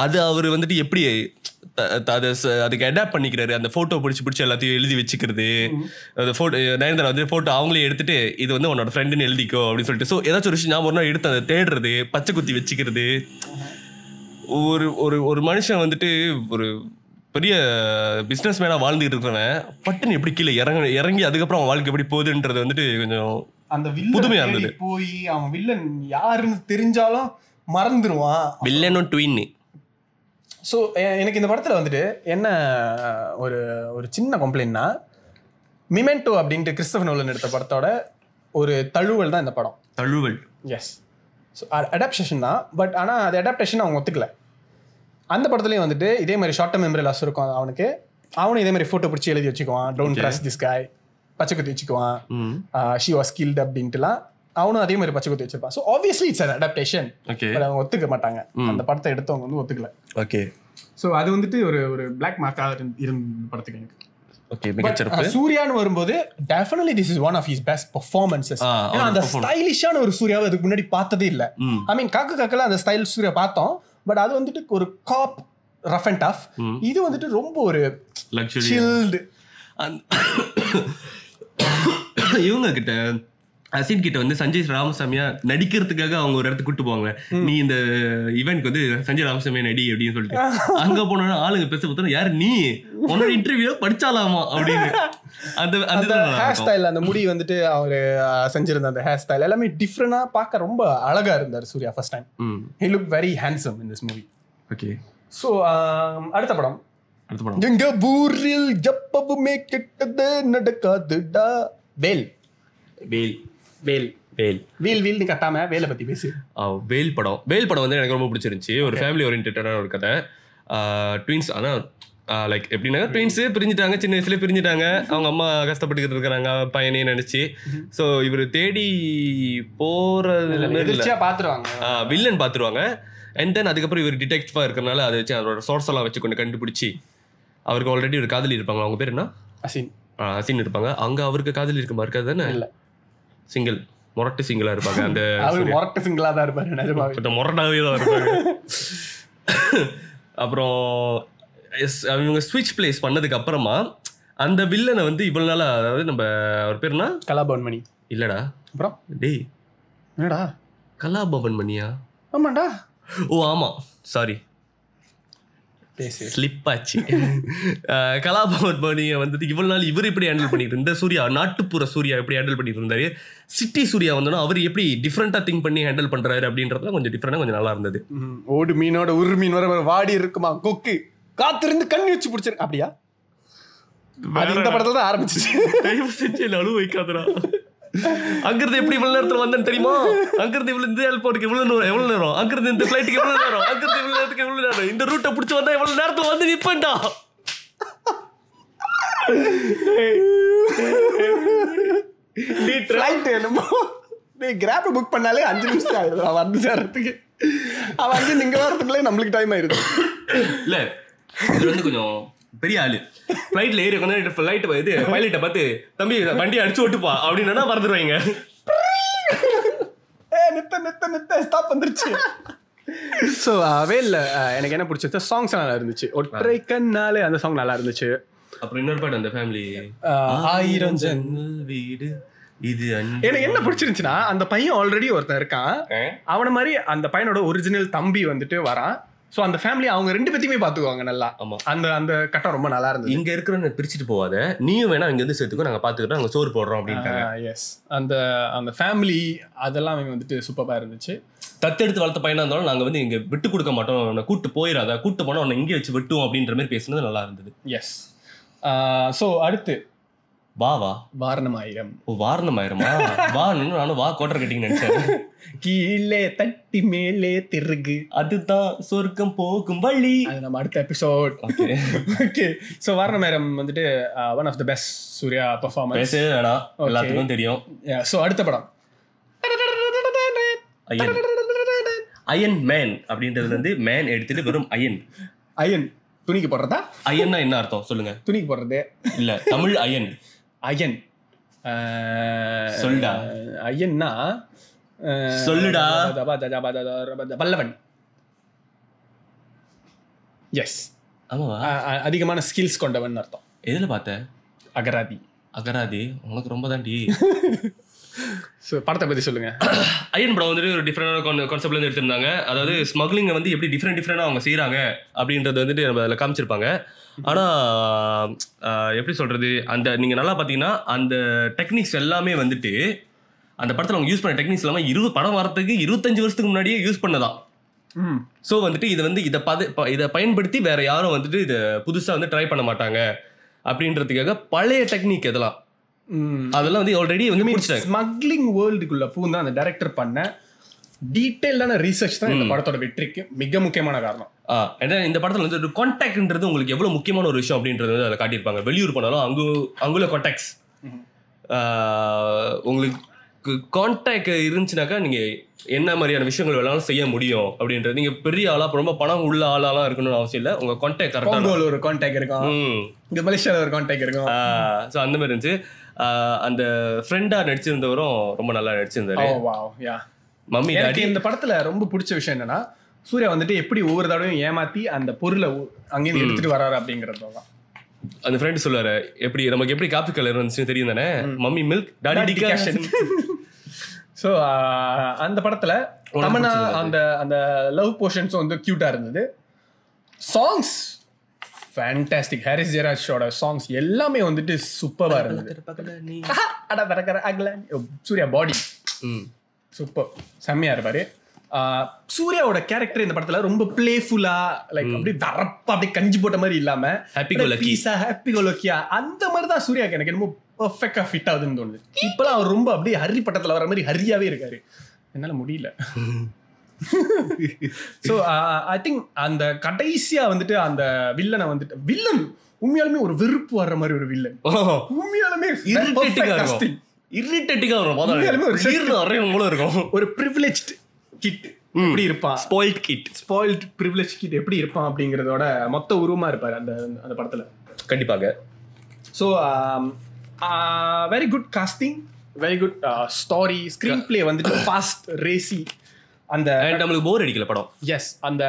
B: அது அவர் வந்துட்டு எப்படி த- த- அதை ச- அதுக்கு அடாப்ட் பண்ணிக்கிறாரு அந்த ஃபோட்டோ பிடிச்சி பிடிச்சி எல்லாத்தையும் எழுதி வச்சுக்கிறது அந்த ஃபோட்டோ நயன்தாரா வந்து ஃபோட்டோ அவங்களே எடுத்துட்டு இது வந்து உன்னோட ஃப்ரெண்டுன்னு எழுதிக்கோ அப்படின்னு சொல்லிட்டு ஸோ ஏதாச்சும் ஒரு விஷயம் ஞாபகம் வரும்னா எடுத்து அதை தேடுறது பச்சை குத்தி வச்சுக்கிறது ஒரு ஒரு ஒரு மனுஷன் வந்துட்டு ஒரு பெரிய பிஸ்னஸ் மேனாக வாழ்ந்துட்டு இருக்கிறவன் பட்டுன்னு எப்படி கீழே இறங்க இறங்கி அதுக்கப்புறம் அவன் வாழ்க்கை எப்படி போகுதுன்றது வந்துட்டு கொஞ்சம்
C: அந்த வில்லன்
B: புதுமையா
C: தேடி
B: இருந்தது.
C: போய் அவன் வில்லன் யாருன்னு தெரிஞ்சாலும் மறந்துடுவான்
B: வில்லனும் ட்வின்னு
C: ஸோ எனக்கு இந்த படத்தில் வந்துட்டு என்ன ஒரு ஒரு சின்ன கம்ப்ளைண்ட்னா மிமெண்டோ அப்படின்ட்டு கிறிஸ்தவ நோலன் எடுத்த படத்தோட ஒரு தழுவல் தான் இந்த படம்
B: தழுவல்
C: எஸ் ஸோ அடாப்டேஷன் தான் பட் ஆனால் அது அடாப்டேஷன் அவங்க ஒத்துக்கல அந்த படத்துலையும் வந்துட்டு இதே மாதிரி ஷார்ட் டேர்ம் மெமரி லாஸ் இருக்கும் அவனுக்கு அவனும் இதே மாதிரி ஃபோட்டோ பிடிச்சி எழுதி வச்சுக்குவான் டோன்ட் ட்ரஸ் திஸ் காய் பச்சை குத்தி வச்சுக்குவான்
B: ம்
C: ஷி வாஸ் கில்ட் அப்படின்ட்டுலாம் அவனும் அதே மாதிரி பச்சை குத்தி வச்சிருப்பான் so obviously it's an adaptation
B: okay
C: but அவங்க ஒத்துக்க மாட்டாங்க அந்த படத்தை எடுத்தவங்க வந்து ஒத்துக்கல
B: ஓகே
C: ஸோ அது வந்துட்டு ஒரு ஒரு பிளாக் மார்க்காக இருந்த படத்துக்கு எனக்கு
B: ஓகே மிகச்சிறப்பு
C: ஆஹ் சூர்யான்னு வரும்போது definitely this is one of his best performances
B: ஆ, அவரோட
C: அந்த
B: performance.
C: ஸ்டைலிஷான ஒரு சூர்யாவை இதுக்கு முன்னாடி பார்த்ததே இல்ல
B: ம்
C: ஐ மீன் காக்கு காக்கெல்லாம் அந்த ஸ்டைல் சூர்யா பார்த்தோம் பட் அது வந்துட்டு ஒரு காப் ரஃப் அண்ட் டஃப்
B: ம்.
C: இது வந்துட்டு ரொம்ப ஒரு
B: லக்ஸுரி
C: சில்டு
B: இவங்க கிட்ட அசின் கிட்ட வந்து சஞ்சய் ராமசாமியா நடிக்கிறதுக்காக அவங்க ஒரு இடத்துக்கு கூட்டு போவாங்க நீ இந்த இவனுக்கு வந்து சஞ்சய் ராமசாமியா நடி அப்படின்னு சொல்லிட்டு அங்க போனோன்னா ஆளுங்க பேச பார்த்தா யார் நீ உன்னோட இன்டர்வியூ படிச்சாலாமா அப்படின்னு அந்த அந்த
C: அந்த
B: இதெல்லாம்
C: ஹேர்
B: இருக்கும்.
C: ஸ்டைல் அந்த முடி வந்துட்டு அவர் செஞ்சிருந்த அந்த ஹேர் ஸ்டைல் எல்லாமே டிஃப்ரெண்டா பார்க்க ரொம்ப அழகா இருந்தார் சூர்யா ஃபர்ஸ்ட் டைம்
B: ம்
C: he look very handsome in this movie
B: okay
C: so அடுத்த படம்
B: அடுத்த படம்
C: எங்க ஊரில் எப்பவுமே கெட்டது நடக்காதுடா வேல்
B: வேல்
C: வேல்
B: வேல்
C: வீல் வீல்னு கத்தாம வேலை பத்தி பேசு
B: ஆ, வேல் படம் வேல் படம் வந்து எனக்கு ரொம்ப பிடிச்சிருந்துச்சி ஒரு ஃபேமிலி ஓரியன்டான ஒரு கதை ட்வின்ஸ் ஆனால் லைக் எப்படின்னா ட்வின்ஸு பிரிஞ்சுட்டாங்க சின்ன வயசுல பிரிஞ்சுட்டாங்க அவங்க அம்மா கஷ்டப்பட்டுக்கிட்டு இருக்கிறாங்க பையனே நினச்சி
C: Mm-hmm.
B: ஸோ இவர் தேடி போகிறது
C: எதிர்ச்சியா பாத்துருவாங்க
B: வில்லன் பார்த்துருவாங்க அண்ட் தென் அதுக்கப்புறம் இவர் டிடெக்டிவாக இருக்கிறனால அதை வச்சு அவரோட சோர்ஸ் எல்லாம் வச்சு கொண்டு கண்டுபிடிச்சி அவருக்கு ஆல்ரெடி ஒரு காதலி இருப்பாங்க அவங்க பேர் என்ன
C: அசின்
B: ஆ, அசின் இருப்பாங்க அங்கே அவருக்கு காதலி இருக்க மாதிரி இருக்காது தானே
C: இல்ல
B: சிங்கிள் முரட்டு சிங்கிளாக இருப்பாங்க அந்த
C: அவரு மொரட்ட சிங்கிளா தான் இருப்பாரு நிஜமாவே
B: கொஞ்சம் முரடாவே தான் இருப்பாங்க அப்புறம் எஸ் அவங்க ஸ்விட்ச் பிளேஸ் பண்ணதுக்கு அப்புறமா அந்த வில்லனை வந்து இவ்வளவு நாளா அதாவது நம்ம அவர் பேருனா
C: கலாபவன் மணி
B: இல்லடா
C: அப்புறம்
B: டேய்
C: என்னடா
B: கலாபவன் மணியா
C: ஆமாண்டா
B: ஓ ஆமா சாரி
C: பேசு
B: ஸ்லிப் ஆச்சு அஹ் கலாபவன் மணியை வந்துட்டு இவ்வளவு நாள் இவர் எப்படி ஹேண்டில் பண்ணிட்டு இருந்த சூர்யா நாட்டுப்புற சூர்யா எப்படி ஹேண்டில் பண்ணிட்டு இருந்தாரு சிட்டி சூர்யா வந்தோன்னா அவர் எப்படி டிஃப்ரெண்டா திங்க் பண்ணி ஹேண்டில் பண்றாரு அப்படின்றதுல கொஞ்சம் டிஃப்ரெண்டா கொஞ்சம் நல்லா இருந்தது
C: ம், ஓடு மீனோட உரு மீன் வர வர வாடி இருக்குமா கொக்கு காத்திருந்து கண்ணு வச்சு பிடிச்சிருக்கு அப்படியா அது இந்த படத்துல தான் ஆரம்பிச்சிச்சு
B: தயவு செஞ்சு என்ன அழுவ வைக்காதடா அங்கிருந்து எப்படி இவ்வளவு நேரத்துல வந்தேன்னு தெரியுமா அங்கிருந்து இவ்வளவு இந்த ஏர்போர்ட்டுக்கு இவ்வளவு நேரம் எவ்வளவு நேரம் அங்கிருந்து இந்த ஃபிளைட்டுக்கு எவ்வளவு நேரம் அங்கிருந்து இவ்வளவு நேரத்துக்கு எவ்வளவு நேரம் இந்த ரூட்டை பிடிச்சு வந்தா எவ்வளவு நேரத்துல வந்து நிப்பேன்டா
C: ஃப்ளைட் என்னமோ நீ கிராப் புக் பண்ணாலே அஞ்சு நிமிஷம் ஆயிடுது அவன் வந்து சேர்றதுக்கு அவன் அஞ்சு நீங்க வரதுக்குள்ளே நம்மளுக்கு டைம் ஆயிடுது
B: இல்ல இது வந்து கொஞ்சம் பெரிய ஆளு ஃப்ளைட்ல ஏறி உட்காந்து ஃப்ளைட் இது பைலட்டை பார்த்து தம்பி வண்டி அடிச்சு ஓட்டுப்பா அப்படின்னா மறந்துடுவாங்க
C: ஏ நித்த நித்த நித்த ஸ்டாப் வந்துருச்சு ஸோ வேல்ல எனக்கு என்ன பிடிச்சது சாங்ஸ் நல்லா இருந்துச்சு ஒற்றை கண்ணாலே அந்த சாங் நல்லா இருந்துச்சு
B: அப்புறம் இன்னொரு பாட்டு அந்த ஃபேமிலி
C: ஆயிரம் ஜன்
B: வீடு இது
C: எனக்கு என்ன பிடிச்சிருந்துச்சுன்னா அந்த பையன் ஆல்ரெடி ஒருத்தன் இருக்கான் அவன மாதிரி அந்த பையனோட ஒரிஜினல் தம்பி வந்துட்டு வரான் ஸோ அந்த ஃபேமிலி அவங்க ரெண்டு பேத்தையுமே பார்த்துக்குவாங்க நல்லா
B: ஆமா.
C: அந்த அந்த கட்டம் ரொம்ப நல்லா இருந்தது
B: இங்க இருக்கிறவங்க பிரிச்சுட்டு போவாத நீயும் வேணா இங்க வந்து சேர்த்துக்கோ நாங்க பாத்துக்கிறோம் நாங்க சோறு போடுறோம் அப்படின்ட்டாங்க
C: எஸ் அந்த அந்த ஃபேமிலி அதெல்லாம் வந்துட்டு சூப்பராக இருந்துச்சு
B: தத்தெடுத்து வளர்த்த பையனா இருந்தாலும் நாங்க வந்து இங்க விட்டு கொடுக்க மாட்டோம் உன்னை கூட்டு போயிடாத கூட்டு போனா உன்னை இங்கே வச்சு வெட்டுவோம் அப்படின்ற மாதிரி பேசுனது நல்லா இருந்தது
C: எஸ் ஸோ அடுத்து
B: வா வா
C: வாரணமாயிரம்
B: ஓ வாரணம் ஆயிருமா வா நானும் வா கோட்டர் கட்டிங்க நினைச்சேன்
C: கீழே தட்டி மேலே திருகு
B: அதுதான் சொர்க்கம் போகும் வழி
C: அது நம்ம அடுத்த episode
B: Okay.
C: Okay so Vaaranam Aayiram வந்துட்டு one of the best Suriya performance
B: பேசவே வேணாம் எல்லாத்துக்கும் தெரியும்
C: ஸோ அடுத்த படம்
B: ஐயன் அயன் மேன் அப்படின்றது வந்து மேன் எடுத்துட்டு வெறும் அயன்
C: அயன் துணிக்கு போடுறதா
B: அயன்னா என்ன அர்த்தம் சொல்லுங்க
C: துணிக்கு போடுறது
B: இல்ல தமிழ் அயன்
C: அயன் அஹ்,
B: சொல்டா.
C: அயன்னா அஹ்,
B: சொல்லுடா.
C: தபா, தபா, தபா, தபா, தபா, பல்லவன் எஸ்
B: ஆமாவா
C: அதிகமான ஸ்கில்ஸ் கொண்டவன் அர்த்தம்
B: எதுல பார்த்த
C: அகராதி
B: அகராதி உனக்கு ரொம்ப தாண்டி
C: ஸோ படத்தை பத்தி சொல்லுங்க
B: அயன் படம் வந்துட்டு ஒரு டிஃப்ரெண்டான கான்செப்ட்ல இருந்து எடுத்திருந்தாங்க அதாவது ஸ்மக்லிங்கை வந்து எப்படி டிஃப்ரெண்ட் டிஃப்ரெண்டாக அவங்க செய்கிறாங்க அப்படின்றது வந்துட்டு நம்ம அதில் காமிச்சிருப்பாங்க ஆனால் எப்படி சொல்கிறது அந்த நீங்கள் நல்லா பார்த்தீங்கன்னா அந்த டெக்னிக்ஸ் எல்லாமே வந்துட்டு அந்த படத்தில் அவங்க யூஸ் பண்ண டெக்னிக்ஸ் எல்லாமே இரு படம் வரத்துக்கு இருபத்தஞ்சு வருஷத்துக்கு முன்னாடியே யூஸ் பண்ணதான்
C: ம்
B: ஸோ வந்துட்டு இது வந்து இதை பத ப- இதை பயன்படுத்தி வேற யாரும் வந்துட்டு இதை புதுசாக வந்து ட்ரை பண்ண மாட்டாங்க அப்படின்றதுக்காக பழைய டெக்னிக் இதெல்லாம்
C: ம்
B: அதெல்லாம் வந்து ஆல்ரெடி வந்து முடிச்சிட்டாங்க
C: ஸ்மக்லிங் வேர்ல்டுக்குள்ள பூந்தா அந்த டைரக்டர் பண்ண டீட்டெயிலான ரீசர்ச் தான் இந்த படத்தோட வெற்றிக்கு மிக முக்கியமான காரணம்
B: ஆ, and then இந்த படத்துல வந்து கான்டாக்ட்ன்றது உங்களுக்கு எவ்வளவு முக்கியமான ஒரு விஷயம் அப்படின்றது வந்து அதில் காட்டியிருப்பாங்க வெளியூர் போனாலும் அங்கு அங்குள்ள கான்டாக்ட்ஸ் உங்களுக்கு கான்டாக்ட் இருந்துச்சுனாக்கா நீங்க என்ன மாதிரியான விஷயங்கள் வேணாலும் செய்ய முடியும் அப்படின்றது நீங்க பெரிய ஆளா ரொம்ப பணம் உள்ள ஆளாலாம் இருக்கணும்னு அவசியம் இல்லை உங்க கான்டாக்ட் கரெக்டாக
C: காங்கோல ஒரு கான்டாக்ட் இருக்கும்
B: ம்
C: இங்க மலேசியால ஒரு கான்டாக்ட் இருக்கும்
B: ஸோ அந்த மாதிரி இருந்துச்சு ஆ, அந்த ஃப்ரெண்டா நடிச்சிருந்தவரும் ரொம்ப நல்லா நடிச்சிருந்தாரு
C: Oh, wow, yeah.
B: மம்மி
C: எனக்கு
B: டாடி
C: இந்த படத்துல ரொம்ப பிடிச்ச விஷயம் என்னன்னா சூர்யா வந்துட்டு எப்படி ஒவ்வொரு தடவையும் ஏமாத்தி அந்த பொருளை ஊ- அங்கேயிருந்து எடுத்துட்டு வராரு அப்படிங்கறது தான்
B: அந்த ஃப்ரெண்டு சொல்லுவாரு எப்படி நமக்கு எப்படி காப்பி கலர் வந்துச்சுன்னு தெரியும் தானே mummy milk daddy decoction
C: so uh, அந்த படத்துல
B: உனக்கு
C: தமனா
B: பிடிச்சது
C: அந்த அந்த லவ் போர்ஷன்ஸ் வந்து கியூட்டா இருந்தது சாங்ஸ் ஃபேண்டாஸ்டிக் ஹாரிஸ் ஜெயராஜோட சாங்ஸ் எல்லாமே வந்துட்டு சூப்பராக இருந்தது ஆஹா, அட பறக்கிற அகல சூர்யா பாடி
B: ம்
C: சூப்பர் செம்மையா இருப்பாரு ஆஹ், சூர்யாவோட கேரக்டர் இந்த படத்துல ரொம்ப பிளேஃபுல்லா லைக் அப்படியே வரப்பா அப்படியே கஞ்சி போட்ட மாதிரி இல்லாம
B: Happy go lucky.
C: பீஸா ஹாப்பி கோலோக்கியா அந்த மாதிரி தான் சூர்யாக்கு எனக்கு என்னமோ பர்ஃபெக்டா ஃபிட் ஆகுதுன்னு தோணுது இப்பெல்லாம் அவர் ரொம்ப அப்படியே ஹரி பட்டத்துல வர மாதிரி ஹரியாவே இருக்காரு என்னால முடியல ஸோ ஐ திங்க் அந்த கடைசியா வந்துட்டு அந்த வில்லனை வந்துட்டு வில்லன் உண்மையாலுமே ஒரு வெறுப்பு வர்ற மாதிரி ஒரு வில்லன்
B: Oh,
C: உண்மையாலுமே perfect
B: இரிட்டேட்டிங்கா
C: casting.
B: இருக்கும் இரிட்டேட்டிங்கா வரும்
C: உண்மையாலுமே ஒரு
B: பார்த்தா ஜீரணம் அறையும் மூலம் இருக்கும்
C: ஒரு ப்ரிவிலேஜ்ட் கிட் எப்படி இருப்பான்
B: spoiled kid
C: spoiled privilege kid எப்படி இருப்பான் அப்படிங்கிறதோட மொத்த உருவமா இருப்பாரு அந்த அந்த படத்துல
B: கண்டிப்பாக
C: so um, very good casting very good story screenplay uh, வந்துட்டு ஃபாஸ்ட் ரேசி அந்த
B: அண்ட் நம்மளுக்கு போர் அடிக்கல படம்
C: எஸ் அந்த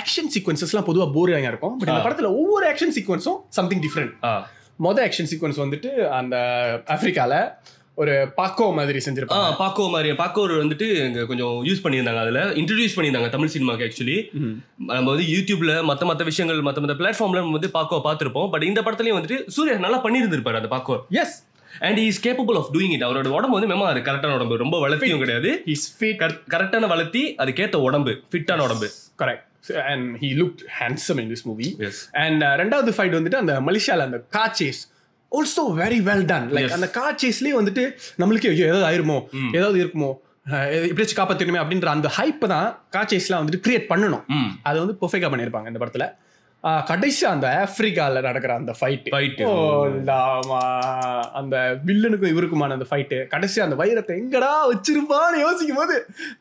C: ஆக்ஷன் சீக்வன்சஸ்லாம் பொதுவாக போரியாக இருக்கும் பட் இந்த படத்துல ஒவ்வொரு ஆக்ஷன் சீக்வன்ஸும் சம்திங் டிஃப்ரெண்ட்
B: ஆ
C: மொதல் ஆக்ஷன் சீக்வன்ஸ் வந்துட்டு அந்த ஆப்பிரிக்கால ஒரு பாக்கோ மாதிரி
B: ஆ
C: செஞ்சிருப்பாங்க
B: பாக்கோ மாதிரி பாக்கோ ஒரு வந்துட்டு இங்க கொஞ்சம் யூஸ் பண்ணியிருந்தாங்க அதுல இன்ட்ரடியூஸ் பண்ணியிருந்தாங்க தமிழ் சினிமாக்கு ஆக்சுவலி நம்ம வந்து யூடியூப்ல மத்த மத்த விஷயங்கள் மத்த மத்த பிளாட்ஃபார்ம்ல நம்ம வந்து பாக்கோ பார்த்திருப்போம் பட் இந்த படத்துலயும் வந்துட்டு சூர்யா நல்லா பண்ணியிருந்திருப்பாரு அந்த பாக்கோ
C: yes
B: and is capable of doing it அவரோட உடம்பு வந்து மெம அது கரெக்டான உடம்பு ரொம்ப வளர்த்தியும் கிடையாது
C: இஸ் ஃபேட்
B: கரெக்டான வளர்த்தி அதுக்கேத்த உடம்பு ஃபிட்டான உடம்பு
C: correct and he look handsome in this movie
B: yes
C: and uh, ரெண்டாவது ஃபைட் வந்துட்டு அந்த மலேசியால அந்த car chase also very well done like
B: Yes.
C: அந்த கா சேஸ்லயே வந்துட்டு நம்மளுக்கு ஐயோ ஏதாவது ஆயிருமோ ஏதாவது இருக்குமோ அஹ் எது- எப்படியாச்சும் காப்பாத்திருமே அப்படின்ற அந்த ஹைப் தான் கா சேஸ்லாம் வந்துட்டு கிரியேட் பண்ணணும்
B: ம்
C: அது வந்து பெர்ஃபெக்டா பண்ணியிருப்பாங்க இந்த படத்துல அஹ் கடைசி அந்த ஆப்பிரிக்கால நடக்கிற அந்த ஃபைட்
B: Fight.
C: அந்த வில்லனுக்கும் இவருக்குமான அந்த ஃபைட்டு கடைசி அந்த வைரத்தை எங்கடா வச்சிருப்பான்னு யோசிக்கும் போது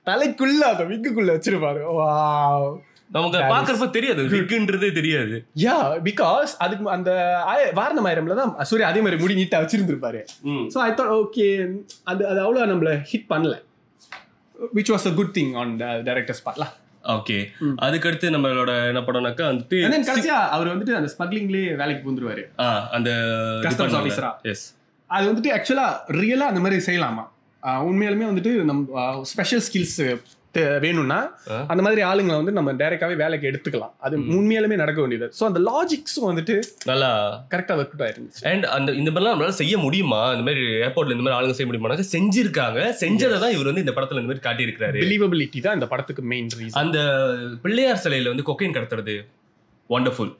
C: தலைக்குள்ள அந்த விக்குக்குள்ள வச்சிருப்பாரு வாவ்
B: நமக்கு
C: That is-
B: பாக்குறப்ப தெரியாது
C: Hmm.
B: விக்குன்றதே தெரியாது
C: யா பிகாஸ் அதுக்கு அந்த ஆய- வாரணம் ஆயிரம்ல தான் சூர்யா அதே மாதிரி முடி நீட்டா வச்சிருந்திருப்பாரு ஸோ ஐ தாட் ஓகே அது அது அவ்வளோ நம்மள ஹிட் பண்ணல which was a good thing on the directors பார்ட்லாம்
B: ஓகே அதுக்கடுத்து நம்மளோட என்ன படம்னாக்கா வந்துட்டு
C: Hmm. And then கடைசியா அவர் வந்துட்டு அந்த ஸ்மக்லிங்லேயே வேலைக்கு பூந்துருவாரு
B: ஆ, அந்த
C: Customs officer-ஆ.
B: எஸ்
C: அது வந்துட்டு ஆக்சுவலா ரியலா அந்த மாதிரி செய்யலாமா ஆஹ் உண்மையாலுமே வந்துட்டு நம்ம ஸ்பெஷல் ஸ்கில்ஸ் வேணும்னா
B: ஆ.
C: அந்த மாதிரி ஆளுங்களை வந்து நம்ம டைரக்டாவே வேலைக்கு எடுத்துக்கலாம் அது உண்மையாலுமே நடக்க வேண்டியது ஸோ அந்த லாஜிக்ஸும் வந்துட்டு
B: நல்லா
C: கரெக்டா ஒர்க் அவுட் ஆயிருந்துச்சு
B: அண்ட் அந்த இந்த மாதிரிலாம் நம்மளால செய்ய முடியுமா இந்த மாதிரி ஏர்போர்ட்ல இந்த மாதிரி ஆளுங்க செய்ய முடியுமானாக்க செஞ்சிருக்காங்க செஞ்சதை தான் இவர் வந்து இந்த படத்துல இந்த மாதிரி காட்டியிருக்காரு
C: பிலீவபிலிட்டி தான் இந்த படத்துக்கு மெயின் ரீசன்
B: அந்த பிள்ளையார் சிலையில வந்து கொக்கைன் கடத்துறது ஒண்டர்ஃபுல்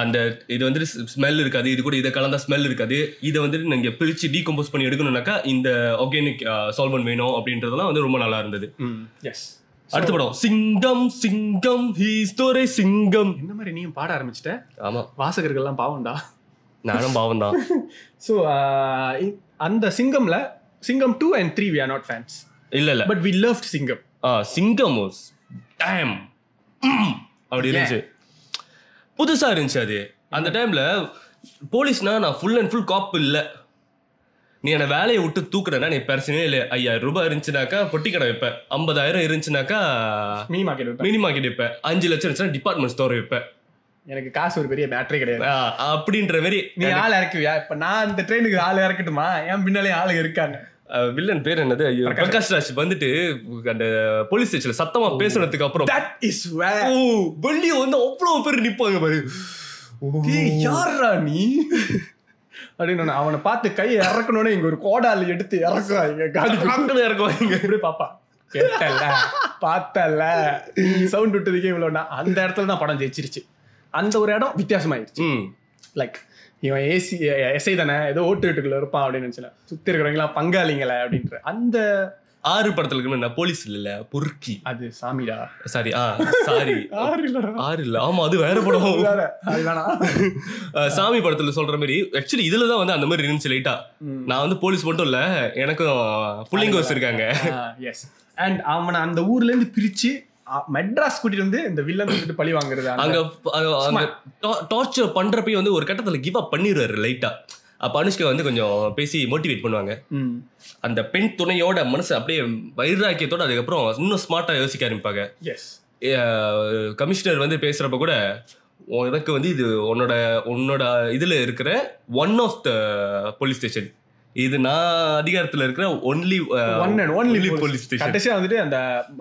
B: அந்த இது வந்துட்டு ஸ்மெல் இருக்காது இது கூட இதை கலந்தா ஸ்மெல் இருக்காது இதை வந்துட்டு நீங்க பிரிச்சு டீகம்போஸ் பண்ணி எடுக்கணும்னாக்கா இந்த ஆர்கானிக் சால்வன் வேணும் அப்படின்றதெல்லாம் வந்து ரொம்ப நல்லா இருந்தது
C: எஸ்
B: அடுத்த படம் சிங்கம் சிங்கம் ஹீஸ்டோரை சிங்கம்
C: இந்த மாதிரி நீயும் பாட ஆரம்பிச்சிட்ட
B: ஆமா
C: வாசகர்கள்லாம் பாவம்டா
B: நானும் பாவம் தான்
C: ஸோ uh, அந்த சிங்கம்ல Singam two and three we are not fans
B: இல்ல இல்ல
C: பட் வி லவ் சிங்கம்
B: ஆ, சிங்கம் டேம் அப்படி இருந்துச்சு புதுசா இருந்துச்சு அது அந்த டைம்ல போலீஸ்னா நான் ஃபுல் அண்ட் ஃபுல் காப் இல்ல நீ என்ன வேலையை விட்டு தூக்குறேன்னா நீ பிரச்சனையே இல்லை ஐயாயிரம் ரூபாய் இருந்துச்சுனாக்கா பொட்டி கடை வைப்பேன் ஐம்பதாயிரம் இருந்துச்சுனாக்கா
C: மீ மார்க்கெட்
B: மினி மார்க்கெட் வைப்பேன் அஞ்சு லட்சம் இருந்துச்சுன்னா டிபார்ட்மெண்ட் ஸ்டோர் வைப்பேன்
C: எனக்கு காசு ஒரு பெரிய மேட்டரே கிடையாது
B: ஆ, அப்படின்ற மாதிரி
C: நீ ஆள் இறக்குவியா இப்ப நான் இந்த ட்ரெயினுக்கு ஆள் இறக்கட்டுமா என் பின்னாலே ஆளு இருக்காங்க
B: வில்லன் பேர் என்னது ஐயோ பிரகாஷ் ராஜ் வந்துட்டு அந்த போலீஸ் ஸ்டேஷன்ல சத்தமா பேசுனதுக்கு அப்புறம்
C: தட் இஸ் வேர்
B: ஓ வெளியே வந்து அவ்வளவு பேர் நிப்பாங்க பாரு
C: யாரா நீ அப்படின்னு நான் அவனை பார்த்து கையை இறக்கணும்னு இங்க ஒரு கோடாலி எடுத்து இறக்குவாங்க காடி
B: நாங்களும் இறக்குவாங்க
C: இப்படி பாப்பா கேட்டல பார்த்தல சவுண்ட் விட்டதுக்கே இவ்வளோனா அந்த இடத்துல தான் படம் ஜெயிச்சிருச்சு அந்த ஒரு இடம் வித்தியாசமாயிருச்சு
B: ம்
C: லைக் இவன் ஏசி எஸ்ஐ தானே ஏதோ ஓட்டு வீட்டுக்குள்ள இருப்பான் அப்படின்னு நினைச்சேன் சுத்தி இருக்கிறவங்களாம் பங்காளிங்களே அப்படின்ற அந்த
B: ஆறு படத்துல இருக்கணும் என்ன போலீஸ் இல்ல பொறுக்கி
C: அது சாமிடா
B: சாரி ஆ சாரி
C: ஆறு இல்லடா.
B: ஆறு இல்ல ஆமா அது வேற படம்
C: வேற. அது வேணா
B: அஹ், சாமி படத்துல சொல்ற மாதிரி ஆக்சுவலி இதுல தான் வந்து அந்த மாதிரி இருந்துச்சு லைட்டா
C: ம்.
B: நான் வந்து போலீஸ் மட்டும் இல்ல எனக்கும் புள்ளிங்கோஸ் இருக்காங்க
C: எஸ் அண்ட் அவனை அந்த ஊர்ல இருந்து பிரிச்சு அ- மெட்ராஸ் கூட்டிட்டு வந்து இந்த வில்லன் வந்துட்டு பழி வாங்குறது அந்த-
B: அங்க அங்க- அங்க டார்ச்சர் பண்றப்பயும் வந்து ஒரு கட்டத்துல கிவ் அப் பண்ணிடுவாரு லைட்டா அப்ப அனுஷ்கா வந்து கொஞ்சம் பேசி மோட்டிவேட் பண்ணுவாங்க
C: ம்.
B: அந்த பெண் துணையோட மனசு அப்படியே வைராக்கியத்தோட அதுக்கப்புறம் இன்னும் ஸ்மார்ட்டா யோசிக்க ஆரம்பிப்பாங்க
C: எஸ்
B: கமிஷனர் வந்து பேசுறப்ப கூட உனக்கு வந்து இது உன்னோட உன்னோட இதுல இருக்கிற one of the police station இது நான் அதிகாரத்துல இருக்கிற only
C: one and only
B: only police station.
C: கடைசியா வந்துட்டு அந்த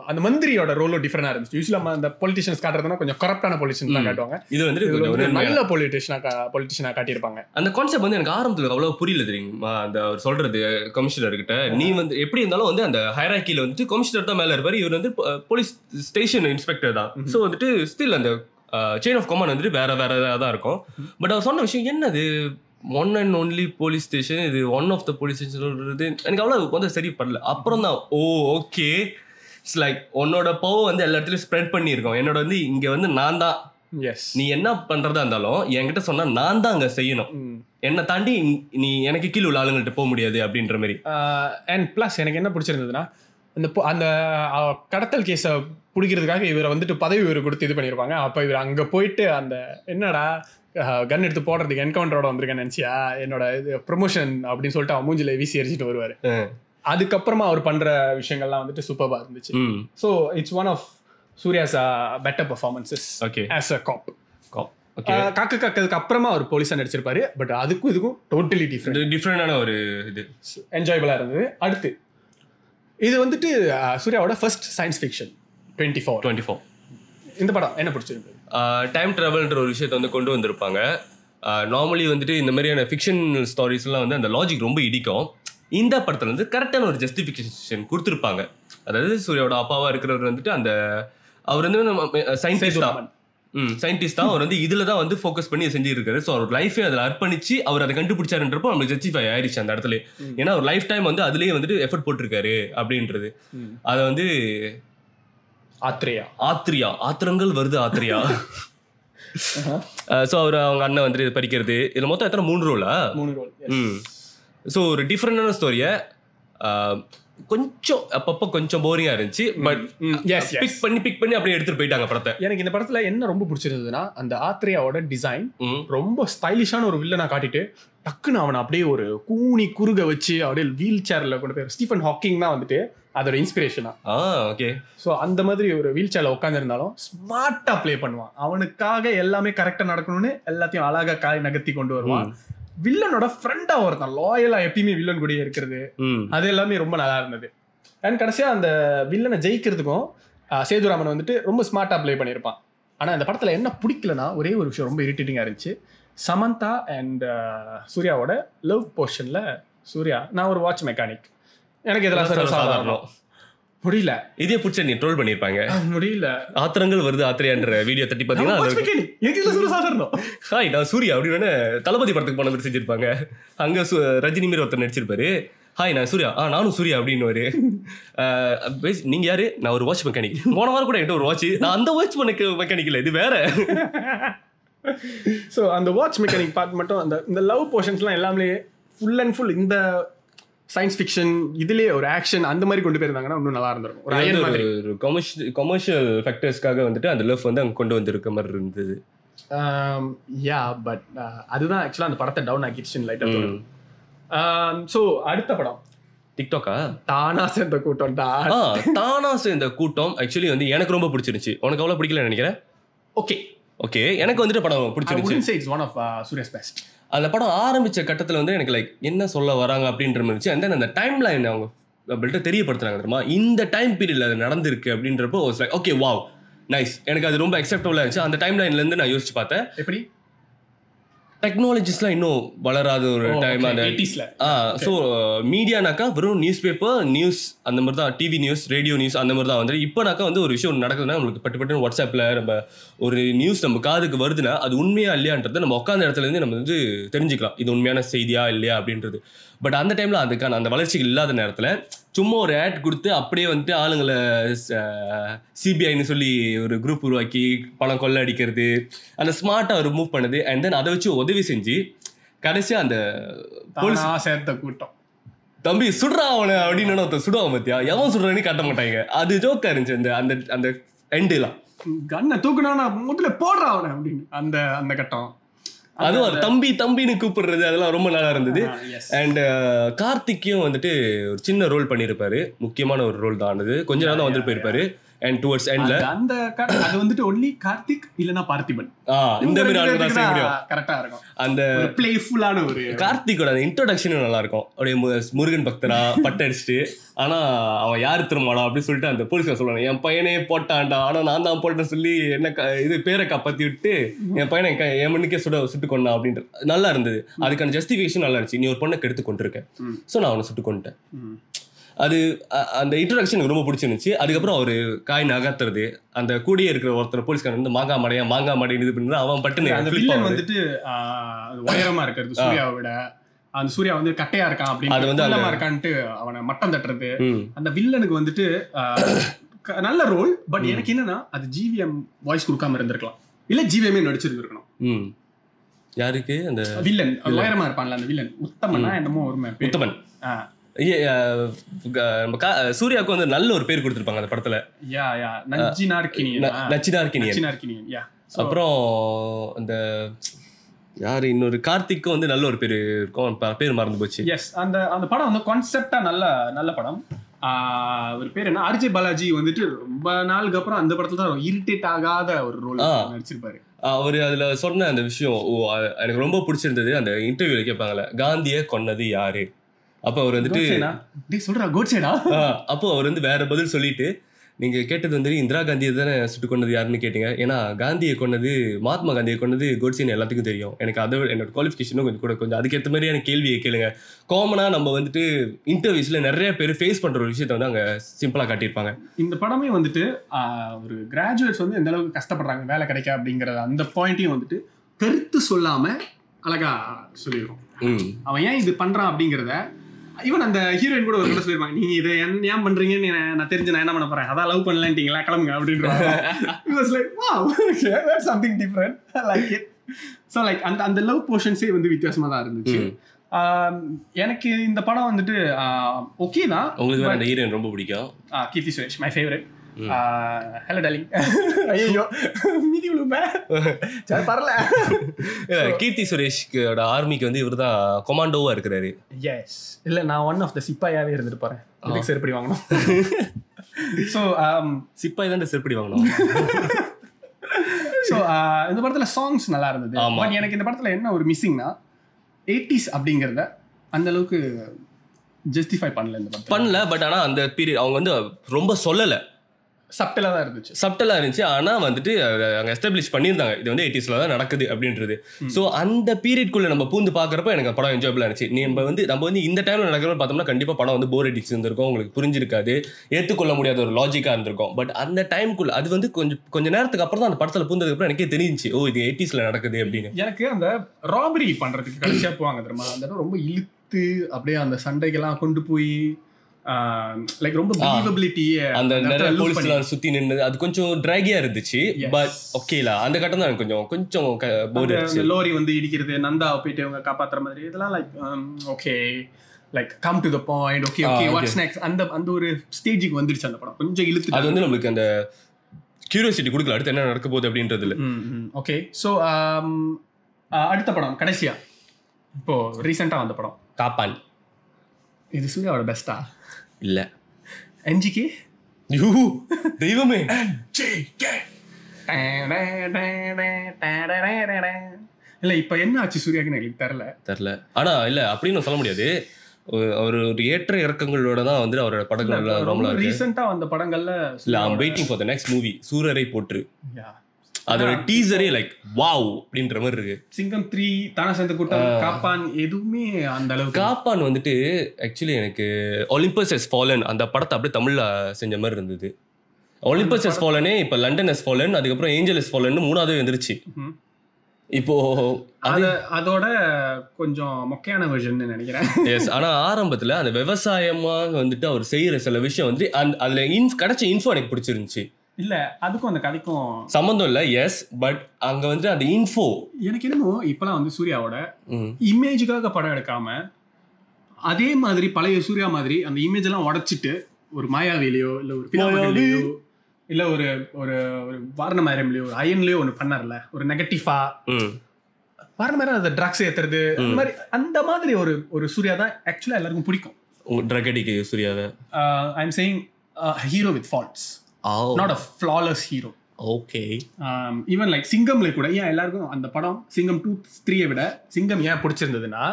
C: அந்த மந்திரியோட ரோலும் டிஃபரெண்டா இருந்துச்சு யூஸ்வலா அந்த பொலிட்டிஷியன்ஸ் காட்டுறதுனா கொஞ்சம் கரப்டான பொலிட்டிஷியன் தான் காட்டுவாங்க
B: இது வந்து
C: இதுல
B: கொஞ்சம்
C: வந்து
B: ஒரு
C: நல்ல பொலிட்டிஷனா பொலிட்டிஷனா காட்டியிருப்பாங்க
B: அந்த கான்செப்ட் வந்து எனக்கு ஆரம்பத்துல அவ்வளவு புரியல தெரியுமா அந்த அவர் சொல்றது கமிஷனர் கிட்ட நீ வந்து எப்படி இருந்தாலும் வந்து அந்த ஹைராக்கியில வந்து கமிஷனர் தான் மேல இருப்பாரு இவர் வந்து போலீஸ் ஸ்டேஷன் இன்ஸ்பெக்டர் தான் ஸோ வந்துட்டு ஸ்டில் அந்த செயின் ஆஃப் கமாண்ட் வந்துட்டு வேற வேற இதாக தான் இருக்கும் பட் அவர் சொன்ன விஷயம் என்னது one and only police station இது ஒன் ஆஃப் த போலீஸ் ஸ்டேஷன்றது எனக்கு அவ்வளோ வந்து சரி படல அப்புறம் தான் ஓ ஓகே இட்ஸ் லைக் உன்னோட பவர் வந்து எல்லா இடத்துலயும் ஸ்ப்ரெட் பண்ணியிருக்கோம் என்னோட வந்து இங்க வந்து நான் தான்
C: எஸ்
B: நீ என்ன பண்றதா இருந்தாலும் என்கிட்ட சொன்னா நான் தான் அங்க செய்யணும் என்னை தாண்டி இங்- நீ எனக்கு கீழே உள்ள ஆளுங்கள்ட்ட போக முடியாது அப்படின்ற மாதிரி
C: அண்ட் ப்ளஸ் எனக்கு என்ன பிடிச்சிருந்ததுன்னா அந்த பொ- அந்த அஹ், கடத்தல் கேஸை பிடிக்கிறதுக்காக இவரை வந்துட்டு பதவி உயர்வு கொடுத்து இது பண்ணியிருப்பாங்க அப்போ இவர் அங்கே போயிட்டு அந்த என்னடா கன் எடுத்து போடுறதுக்கு என்கவுண்டரோட வந்திருக்கேன் நினச்சியா என்னோட இது ப்ரொமோஷன் அப்படின்னு சொல்லிட்டு அவன் மூஞ்சில வீசி எரிச்சிட்டு வருவார்
B: ஆ.
C: அதுக்கப்புறமா அவர் பண்ணுற விஷயங்கள்லாம் வந்துட்டு சூப்பராக இருந்துச்சு
B: ம்
C: so it's one of Suriya's better performances
B: okay
C: as a cop
B: okay
C: Kaakha காக்கிறதுக்கு Uh, அப்புறமா அவர் போலீஸாக நடிச்சிருப்பாரு பட் அதுக்கும் இதுக்கும் டோட்டலி டிஃப்ரெண்ட்
B: இது டிஃப்ரெண்டான ஒரு இது
C: என்ஜாயபிளாக இருந்தது அடுத்து இது வந்துட்டு அஹ், சூர்யாவோட first science fiction twenty four
B: twenty four
C: இந்த படம் என்ன பிடிச்சிருந்தது
B: டைம் ட்ராவல்ன்ற ஒரு விஷயத்தை வந்து கொண்டு வந்திருப்பாங்க நார்மலி வந்துட்டு இந்த மாதிரியான ஃபிக்ஷனல் ஸ்டாரிஸ்லாம் வந்து அந்த லாஜிக் ரொம்ப இடிக்கும் இந்த படத்துல வந்து கரெக்டான ஒரு ஜஸ்டிஃபிகேஷன் கொடுத்துருப்பாங்க அதாவது சூர்யாவோட அப்பாவா இருக்கிறவர் வந்துட்டு அந்த அவர் வந்து சயின்டிஸ்ட் தான் ம் சயின்டிஸ்ட் தான் அவர் வந்து இதுல தான் வந்து ஃபோக்கஸ் பண்ணி செஞ்சிருக்காரு ஸோ அவர் லைஃபே அதில் அர்ப்பணிச்சு அவர் அதை கண்டுபிடிச்சாருன்றப்போ நம்மளுக்கு ஜஸ்டிஃபை ஆயிடுச்சு அந்த இடத்துல
C: ம்.
B: ஏன்னா அவர் லைஃப் டைம் வந்து அதுலயே வந்துட்டு எஃபர்ட் போட்டிருக்காரு அப்படின்றது
C: ம்.
B: அதை வந்து
C: ஆத்ரேயா
B: ஆத்ரியா ஆத்திரங்கள் வருது ஆத்ரியா ஸோ அவர் அவங்க அண்ணன் வந்துட்டு இது படிக்கிறது இதுல மொத்தம் எத்தனை மூணு ரோலா
C: மூணு ரோல்
B: ம் ஸோ ஒரு டிஃப்ரெண்டான ஸ்டோரியை கொஞ்சம் அப்பப்போ கொஞ்சம் போரிங்கா இருந்துச்சு பட்
C: எஸ் எஸ்
B: பிக் பண்ணி பிக் பண்ணி அப்படியே எடுத்துட்டு போயிட்டாங்க படத்தை
C: Mm. எனக்கு இந்த படத்துல என்ன ரொம்ப பிடிச்சிருந்ததுன்னா அந்த ஆத்ரேயாவோட டிசைன்
B: ம்
C: ரொம்ப ஸ்டைலிஷான ஒரு வில்லனா காட்டிட்டு டக்குன்னு அவனை அப்படியே ஒரு கூனி குறுக வச்சு அப்படியே வீல் சேர்ல கொண்டு போய் ஸ்டீஃபன் ஹாக்கிங் தான் வந்துட்டு அதோட இன்ஸ்பிரேஷனா
B: ஆ ஓகே
C: ஸோ அந்த மாதிரி ஒரு வீல் சேர்ல உட்காந்துருந்தாலும் ஸ்மார்ட்டா ப்ளே பண்ணுவான் அவனுக்காக எல்லாமே கரெக்டா நடக்கணும்னு எல்லாத்தையும் அழகா காய் நகர்த்தி கொண்டு வருவான் வில்லனோட ஃப்ரெண்டா ஒருத்தன் லாயலா எப்பயுமே வில்லன் கூடயே இருக்கிறது
B: ம்
C: அது எல்லாமே ரொம்ப நல்லா இருந்தது அண்ட் கடைசியா அந்த வில்லனை ஜெயிக்கிறதுக்கும் அஹ், சேதுராமன் வந்துட்டு ரொம்ப ஸ்மார்ட்டா ப்ளே பண்ணியிருப்பான் ஆனா இந்த படத்துல என்ன பிடிக்கலனா ஒரே ஒரு விஷயம் ரொம்ப இரிட்டேட்டிங்கா இருந்துச்சு சமந்தா அண்ட் சூர்யாவோட லவ் போர்ஷன்ல சூர்யா நான் ஒரு வாட்ச் மெக்கானிக் எனக்கு இதெல்லாம் சர்வசாதாரணம்
B: சாதாரணம்
C: முடியல
B: இதே பிடிச்ச நீ ட்ரோல் பண்ணியிருப்பாங்க
C: அஹ், முடியல
B: ஆத்திரங்கள் வருது ஆத்திரையான்ற வீடியோ தட்டி
C: நான்
B: பார்த்தீங்கன்னா
C: watch
B: அது-
C: mechanic. எனக்கு இதெல்லாம் சர்வசாதாரணம்
B: ஹாய் நான் சூர்யா அப்படின்னு வேணா தளபதி படத்துக்கு போன மாதிரி செஞ்சிருப்பாங்க அங்க சு- ரஜினி மாரி ஒருத்தர் நடிச்சிருப்பாரு ஹாய் நான் சூர்யா ஆ நானும் சூர்யா அப்படின்னுவாரு அஹ், பேஸ்- நீங்க யாரு நான் ஒரு வாட்ச் மெக்கானிக் போன வாரம் கூட என்கிட்ட ஒரு வாட்ச் நான் அந்த வாட்ச் மெக்க மெக்கானிக் இல்ல இது வேற
C: ஸோ அந்த வாட்ச் மெக்கானிக் பார்ட் மட்டும் அந்த இந்த லவ் போர்ஷன்ஸ்லாம் எல்லாமே ஃபுல் அண்ட் ஃபுல் இந்த சயின்ஸ் ஃபிக்ஷன் இதுலயே ஒரு ஆக்ஷன் அந்த மாதிரி கொண்டு போயிருந்தாங்கன்னா இன்னும் நல்லா இருந்திருக்கும் ஒரு அயன் மாதிரி
B: ஒரு கமர்ஷியல் ஃபேக்டர்ஸ்க்காக வந்துட்டு அந்த லவ் வந்து அங்க கொண்டு வந்திருக்க மாதிரி இருந்தது
C: யா பட் uh, அதுதான் ஆக்சுவலாக அந்த படத்தை டவுன் ஆக்கிடுச்சுன்னு லைட்டாக ஸோ Um, அடுத்த படம்
B: டிக்டாக்கா
C: தானா சேர்ந்த கூட்டம் தான்
B: ஆ தானா சேர்ந்த கூட்டம் ஆக்சுவலி வந்து எனக்கு ரொம்ப பிடிச்சிருந்துச்சு உனக்கு அவ்வளவு பிடிக்கலன்னு நினைக்கிறேன்
C: ஓகே
B: ஓகே எனக்கு வந்துட்டு படம் பிடிச்சிருந்துச்சு
C: it's one of Suriya's best
B: அந்த படம் ஆரம்பிச்ச கட்டத்துல வந்து எனக்கு லைக் என்ன சொல்ல வராங்க அப்படின்ற மாதிரி இருந்துச்சு அண்ட் தென் அந்த டைம் லைன் அவங்க நம்மள்ட்ட தெரியப்படுத்துறாங்க தெரியுமா இந்த டைம் பீரியட்ல அது நடந்திருக்கு அப்படின்றப்போ லைக் ஓகே வாவ் நைஸ் எனக்கு அது ரொம்ப அக்செப்டபுளாக இருந்துச்சு அந்த டைம் லைன்லேருந்து நான் யோசிச்சு பார்த்தேன்
C: எப்படி
B: டெக்னாலஜிஸ்லாம் இன்னும் வளராத ஒரு
C: Oh,
B: டைம் அந்த
C: எயிட்டிஸ்ல
B: ஸோ மீடியானாக்கா வெறும் நியூஸ் பேப்பர் நியூஸ் அந்த மாதிரி தான் டிவி நியூஸ் ரேடியோ நியூஸ் அந்த மாதிரி தான் வந்து இப்போனாக்கா வந்து ஒரு விஷயம் நடக்குதுன்னா நம்மளுக்கு பட்டு பட்டு வாட்ஸ்அப்பில் நம்ம ஒரு நியூஸ் நம்ம காதுக்கு வருதுன்னா அது உண்மையா இல்லையான்றதை நம்ம உட்காந்த இடத்துல இருந்து நம்ம வந்து தெரிஞ்சுக்கலாம் இது உண்மையான செய்தியா இல்லையா அப்படின்றது பட் அந்த டைமில் அதுக்கான அந்த வளர்ச்சிகள் இல்லாத நேரத்தில் சும்மா ஒரு ஆட் கொடுத்து அப்படியே வந்துட்டு ஆளுங்களை சிபிஐன்னு சொல்லி ஒரு குரூப் உருவாக்கி பணம் கொள்ள அடிக்கிறது அந்த ஸ்மார்ட்டாக ரிமூவ் பண்ணுது அண்ட் தென் அதை வச்சு உதவி செஞ்சு கடைசியாக அந்த police-
C: தானா சேர்த்த கூட்டம்
B: தம்பி சுடுறா அவனை அப்படின்னு ஒருத்தன் சுடுவான் பார்த்தியா எவன் சுடுறான்னு காட்ட மாட்டாங்க அது ஜோக்கா இருந்துச்சு அந்த அந்த அந்த எண்டுலாம்
C: கண்ணை தூக்கணும்னா முதல்ல போடுறா அவனை அப்படின்னு அந்த அந்த கட்டம்
B: அதுவும் அது தம்பி தம்பின்னு கூப்பிடுறது அதெல்லாம் ரொம்ப நல்லா இருந்தது அண்ட் கார்த்திக்கும் வந்துட்டு ஒரு சின்ன ரோல் பண்ணியிருப்பாரு முக்கியமான ஒரு ரோல் தான் அது கொஞ்ச நேரம் தான் வந்துட்டு போயிருப்பாரு அண்ட் டுவர்ட்ஸ் எண்ட்ல
C: அந்த க- அது வந்துட்டு ஒன்லி கார்த்திக் இல்லனா பார்த்திபன்
B: ஆ இந்த மாதிரி ஆளுங்க தான் செய்ய முடியும்
C: கரெக்டா இருக்கும்
B: அந்த
C: ஒரு பிளேஃபுல்லான ஒரு
B: கார்த்திக்கோட அந்த இன்ட்ரோடக்ஷனும் நல்லா இருக்கும் அப்படியே மு- முருகன் பக்தரா பட்டை அடிச்சுட்டு ஆனா அவன் யார் திருமாடா அப்படின்னு சொல்லிட்டு அந்த போலீஸ்கார சொல்லுவாங்க என் பையனே போட்டான்டா ஆனா நான் தான் போட்டேன்னு சொல்லி என்ன க- இது பேரை காப்பாத்தி விட்டு என் பையனை க- என் மண்ணுக்கே சுட சுட்டு கொண்டா அப்படின்ற நல்லா இருந்தது அதுக்கான ஜஸ்டிஃபிகேஷன் நல்லா இருந்துச்சு நீ ஒரு பொண்ணை கெடுத்து கொண்டிருக்க
C: ம்.
B: ஸோ நான் அவனை சுட்டு கொண்டுட்டேன்
C: ம்.
B: அ- அந்த இன்ட்ரோடக்ஷன் எனக்கு ரொம்ப பிடிச்சிருந்துச்சு அதுக்கப்புறம் அவர் காய் நகர்த்துறது அந்த கூடியே இருக்கிற ஒருத்தர் போலீஸ்காரன் வந்து மாங்கா மடையா மாங்கா மடைன்னு இது பண்ணி அவன் பட்டுன்னு
C: அந்த
B: flip
C: வில்லன்
B: ஆகுது.
C: வந்துட்டு ஆஹ், அது உயரமா இருக்கிறது சூர்யாவை விட அந்த சூர்யா வந்து கட்டையா இருக்கான்
B: அது
C: அப்படின்னு
B: வந்து அந்த-
C: உள்ளமா இருக்கான்ட்டு அவனை மட்டம் தட்டுறது
B: ம்.
C: அந்த வில்லனுக்கு வந்துட்டு ஆஹ், க- நல்ல ரோல் பட் எனக்கு என்னன்னா அது ஜிவிஎம் வாய்ஸ் கொடுக்காம இருந்திருக்கலாம் இல்ல ஜிவிஎம் நடிச்சிருந்திருக்கணும்
B: ம் யாருக்கு அந்த
C: வில்லன் அது உயரமா இருப்பான்ல அந்த வில்லன் உத்தமன்னா என்னமோ ஒரு பேர்.
B: உத்தமன்
C: ஆ.
B: ஏ, ஆ, க- நம்ம கா- சூர்யாவுக்கு வந்து நல்ல ஒரு பேர் கொடுத்துருப்பாங்க அந்த படத்துல
C: யா யா நஞ்சினார்கினியன்
B: ந- நச்சிதா இருக்கீங்க
C: நஞ்சினார்கினியன் யா
B: அப்புறம் அந்த யாரு இன்னொரு கார்த்திக்கும் வந்து நல்ல ஒரு பேர் இருக்கும் அவன் ப- பேர் மறந்து போச்சு
C: எஸ் அந்த அந்த படம் வந்து கான்செப்டா நல்ல நல்ல படம் ஆஹ் ஒரு பேர் என்ன ஆர்ஜே பாலாஜி வந்துட்டு ரொம்ப நாளுக்கு அப்புறம் அந்த படத்துல தான் இரிட்டேட் ஆகாத ஒரு ரோல்
B: ஆ.
C: நடிச்சிருப்பாரு
B: அவர் அதுல சொன்ன அந்த விஷயம் ஓ, அ- எனக்கு ரொம்ப பிடிச்சிருந்தது அந்த இன்டர்வியூல கேட்பாங்கல்ல காந்திய கொன்னது யாரு அப்ப அவர் வந்துட்டு
C: கோட்சேனா? டேய் சொல்றா கோட்சேடா
B: ஆ, அப்போ அவர் வந்து வேற பதில் சொல்லிட்டு நீங்க கேட்டது வந்து இந்திரா காந்தியை தானே சுட்டு கொன்னது யாருன்னு கேட்டீங்க ஏன்னா காந்தியை கொன்னது மகாத்மா காந்தியை கொன்னது கோட்சேன்னு எல்லாத்துக்கும் தெரியும் எனக்கு அதை விட என்னோட குவாலிஃபிகேஷனும் கொஞ்சம் கூட கொஞ்சம் அதுக்கேற்ற மாதிரியான கேள்வியை கேளுங்க காமனா நம்ம வந்துட்டு இன்டர்வியூஸ்ல நிறைய பேர் ஃபேஸ் பண்ற ஒரு விஷயத்த வந்து அங்க சிம்பிளா காட்டியிருப்பாங்க
C: இந்த படமே வந்துட்டு ஆஹ் ஒரு கிராஜுவேட்ஸ் வந்து எந்த அளவுக்கு கஷ்டப்படுறாங்க வேலை கிடைக்க அப்படிங்கற அந்த பாயிண்ட்டையும் வந்துட்டு கருத்து சொல்லாம அழகா சொல்லியிருக்கோம்
B: ம்
C: அவன் ஏன் இது பண்றான் அப்படிங்கறத ஈவன் அந்த ஹீரோயின் கூட ஒரு கூட சொல்லியிருப்பாங்க நீங்க இதை ஏன் ஏன் பண்றீங்கன்னு நான்- நான் தெரிஞ்சு நான் என்ன பண்ண போறேன் அதான் லவ் பண்ணலான்ட்டீங்களா கிளம்புங்க அப்படின்ற something different like it so like அந்த அந்த லவ் போர்ஷன்ஸே வந்து வித்தியாசமா தான் இருந்துச்சு
B: ம்.
C: ஆஹ் எனக்கு இந்த படம் வந்துட்டு ஓகே தான்
B: உங்களுக்கு வேற அந்த ஹீரோயின் ரொம்ப பிடிக்கும்
C: ஆ, கீர்த்தி சுரேஷ் மை ஃபேவரட்
B: ம்.
C: ஹலோ டார்லிங் ஐயோ மீதி விழுமே சரி பரல
B: அஹ் கீர்த்தி சுரேஷ்கோட ஆர்மிக்கு வந்து இவர் தான் கொமாண்டோவா இருக்கிறாரு
C: எஸ் இல்ல நான் ஒன் ஆஃப் த சிப்பாயாவே இருந்துட்டு போறேன் இதுக்கு செருப்படி வாங்கணும் um, ஸோ
B: சிப்பாய் தான் செருப்படி வாங்கணும்
C: ஸோ uh, இந்த படத்துல சாங்ஸ் நல்லா இருந்தது
B: ஆமா.
C: பட் எனக்கு இந்த படத்துல என்ன ஒரு மிஸ்ஸிங்னா எயிட்டிஸ் அப்படிங்கறத அந்த அளவுக்கு ஜஸ்டிஃபை பண்ணல இந்த படத்துல
B: பண்ணல பட் ஆனா அந்த பீரியட் அவங்க வந்து ரொம்ப சொல்லல
C: சப்டலா தான் இருந்துச்சு
B: சப்டலாக இருந்துச்சு ஆனால் வந்துட்டு அஹ், அங்க எஸ்டாப்ளிஷ் பண்ணியிருந்தாங்க இது வந்து எயிட்டிஸில் தான் நடக்குது அப்படின்றது ஸோ அந்த பீரியட்குள்ளே நம்ம பூந்து பார்க்குறப்ப எனக்கு படம் என்ஜாயபிளாக இருந்துச்சு நம்ம வந்து நம்ம வந்து இந்த டைமில் நடக்கிறப்ப பார்த்தோம்னா கண்டிப்பாக படம் வந்து போர் அடிச்சு இருந்திருக்கும் உங்களுக்கு புரிஞ்சிருக்காது ஏற்றுக்கொள்ள முடியாத ஒரு லாஜிக்காக இருந்திருக்கும் பட் அந்த டைம்குள்ள அது வந்து கொஞ்சம் கொஞ்ச நேரத்துக்கு அப்புறம் தான் அந்த படத்தில் பூந்ததுக்கப்புறம் எனக்கே தெரிஞ்சிச்சு ஓ இது எயிட்டிஸில் நடக்குது அப்படின்னு
C: எனக்கு அந்த ராபரி பண்றதுக்கு கடைசியா போவாங்க தெரியுமா அந்த இடம் ரொம்ப இழுத்து அப்படியே அந்த சண்டைக்கெல்லாம் கொண்டு போய் லைக் ரொம்ப
B: ஆ.
C: பிலீவபிலிட்டியே
B: அந்த
C: அந்த
B: நிறைய
C: இடத்துல lose பண்ணி-
B: போலீஸ்லாம் சுற்றி நின்று அது கொஞ்சம் ட்ராகியாக இருந்துச்சு
C: Yes.
B: பட் ஓகேலா அந்த கட்டம் தான் எனக்கு கொஞ்சம் கொஞ்சம் போர் அடிச்சு
C: லோரி வந்து இடிக்கிறது நந்தாவை போயிட்டு இவங்க காப்பாத்துற மாதிரி இதெல்லாம் um, like okay like come to the point okay
B: ஆ,
C: okay
B: Ah, okay.
C: What's next அந்த அந்த ஒரு ஸ்டேஜுக்கு வந்துருச்சு அந்த படம் கொஞ்சம்
B: அது
C: இழுத்து
B: வந்து நம்மளுக்கு அந்த கியூரியாசிட்டி கொடுக்கல அடுத்து என்ன நடக்க போகுது அப்படின்றதுல
C: ஓகே ஸோ um, அடுத்த படம் கடைசியா இப்போ ரீசெண்டா வந்த படம்
B: காப்பான்
C: இது சூர்யாவோட பெஸ்டா
B: இல்ல
C: என்ஜிகே
B: யூ தெய்வமே
C: இல்ல இப்ப என்ன ஆச்சு சூர்யாக்கு எங்களுக்கு தெரியல
B: தெரியல ஆனா இல்ல அப்படின்னு சொல்ல முடியாது ஒரு- அவர் ஒரு ஏற்ற இறக்கங்களோட தான் வந்து அவரோட படங்கள் ரொம்ப
C: ரொம்ப ரீசெண்டா வந்த படங்கள்ல
B: இல்ல I'm waiting for the next movie Soorarai Pottru
C: Yeah.
B: அதோட டீசரே லைக் வாவ் அப்படின்ற மாதிரி இருக்கு
C: சிங்கம் த்ரீ தானா சேர்ந்த கூட்டம் காப்பான் எதுவுமே அந்த அளவுக்கு
B: காப்பான் வந்துட்டு ஆக்சுவலி எனக்கு ஒலிம்பஸ் எஸ் ஃபாலன் அந்த படத்தை அப்படியே தமிழ்ல செஞ்ச மாதிரி இருந்தது ஒலிம்பஸ் எஸ் ஃபாலனே இப்போ லண்டன் எஸ் ஃபாலன் அதுக்கப்புறம் ஏஞ்சல் எஸ் ஃபாலன் மூணாவது வந்துருச்சு
C: ம்ஹும்.
B: இப்போ
C: அத அதோட கொஞ்சம் மொக்கையான வெர்ஷன் நினைக்கிறேன்
B: எஸ் ஆனா ஆரம்பத்துல அந்த விவசாயமாக வந்துட்டு அவர் செய்யற சில விஷயம் வந்து அந்த அதுல இன்ஃப் கிடைச்ச இன்ஃபோ எனக்கு பிடிச்சிருந்துச்சு
C: இல்ல அதுக்கும் அந்த கதைக்கும்
B: சம்மந்தம் இல்ல எஸ் பட் அங்க வந்துட்டு அந்த இன்ஃபோ
C: எனக்கு என்னமோ இப்பெல்லாம் வந்து சூர்யாவோட இமேஜுக்காக படம் எடுக்காம அதே மாதிரி பழைய சூர்யா மாதிரி அந்த இமேஜ் எல்லாம் உடைச்சிட்டு ஒரு மாயாவிலையோ இல்ல ஒரு பினாமகள்லயோ இல்ல ஒரு ஒரு ஒரு வாரணமாயிரம்லயோ ஒரு அயன்லயோ ஒண்ணு பண்ணார்ல ஒரு நெகட்டிவா வாரணமாயிரம் அந்த ட்ராக்ஸ் ஏத்துறது அந்த மாதிரி அந்த மாதிரி ஒரு ஒரு சூர்யா தான் ஆக்சுவலா எல்லாருக்கும் பிடிக்கும்
B: ட்ரக் அடிக்கு சூர்யாவை
C: I am saying hero with faults
B: Oh.
C: Not a flawless hero
B: okay
C: even like சிங்கம்ல கூட ஏன் எல்லாருக்கும் அந்த படம் சிங்கம் டூ த்ரீயை விட சிங்கம் ஏன் பிடிச்சிருந்ததுன்னா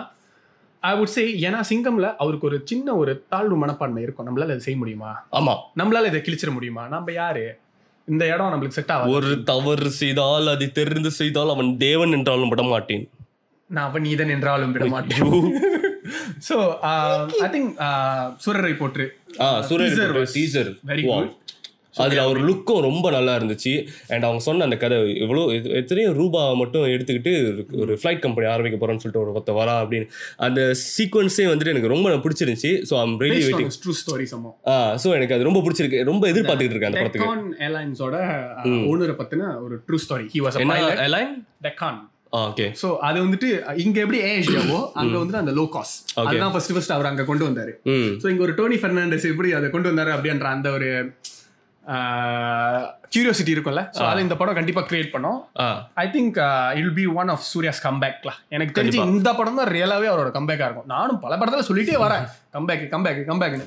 C: ஐ வுட் சே ஏன்னா சிங்கம்ல அவருக்கு ஒரு சின்ன ஒரு தாழ்வு மனப்பான்மை இருக்கும் நம்மளால இதை செய்ய முடியுமா
B: ஆமா
C: நம்மளால இதை கிழிச்சிட முடியுமா நம்ம யாரு இந்த இடம் நம்மளுக்கு செட் ஆகும்
B: ஒரு தவறு செய்தால் அது தெரிந்து செய்தால் அவன் தேவன் என்றாலும் விட மாட்டேன்
C: நான் அவன் நீதன் என்றாலும் விட மாட்டேன் uh, so I think Soorarai uh, Pottru
B: ஆ Suraj
C: Teaser was
B: teaser
C: very good.
B: அதுல அவர் லுக்கும் ரொம்ப நல்லா இருந்துச்சு அண்ட் அவங்க சொன்ன அந்த கதை இவ்வளோ எத்- எத்தனையோ ரூபா மட்டும் எடுத்துக்கிட்டு ஒரு- ஒரு ஃப்ளைட் கம்பெனி ஆரம்பிக்க போறோம்னு சொல்லிட்டு ஒரு பத்த வரா அப்படின்னு அந்த சீக்வன்ஸே வந்துட்டு எனக்கு ரொம்ப பிடிச்சிருந்துச்சு so I'm ready waiting
C: true story சம்மோ
B: ஆ ஸோ எனக்கு அது ரொம்ப பிடிச்சிருக்கு ரொம்ப எதிர்பார்த்துக்கிட்டு இருக்கேன் அந்த படத்துக்கு
C: டெக்கான் ஏர்லைன்ஸோட ஓனரை பத்தின ஒரு ட்ரூ ஸ்டோரி ஹி வாஸ்
B: என்ன airline?
C: டெக்கான்
B: ஆ ஓகே
C: சோ அது வந்துட்டு இங்க எப்படி ஏஷியாவோ அங்க வந்துட்டு அந்த லோ காஸ்ட்
B: Okay.
C: அதுதான் ஃபர்ஸ்ட் ஃபர்ஸ்ட் அவர் அங்க கொண்டு வந்தாரு
B: ம்
C: சோ இங்க ஒரு டோனி ஃபெர்னாண்டஸ் எப்படி அதை கொண்டு வந்தாரு அப்படின்ற அந்த ஒரு கியூரியாசிட்டி இருக்கும்ல சோ அதை இந்த படம் கண்டிப்பா கிரியேட் பண்ணோம்
B: ஆ
C: I think will be one of Suriya's கம்பேக்ல எனக்கு தெரிஞ்சு இந்த படம் தான் ரியலாவே அவரோட கம்பேக்கா இருக்கும் நானும் பல படத்துல சொல்லிட்டே வரேன் கம்பேக் கம்பேக் கம்பேக்னு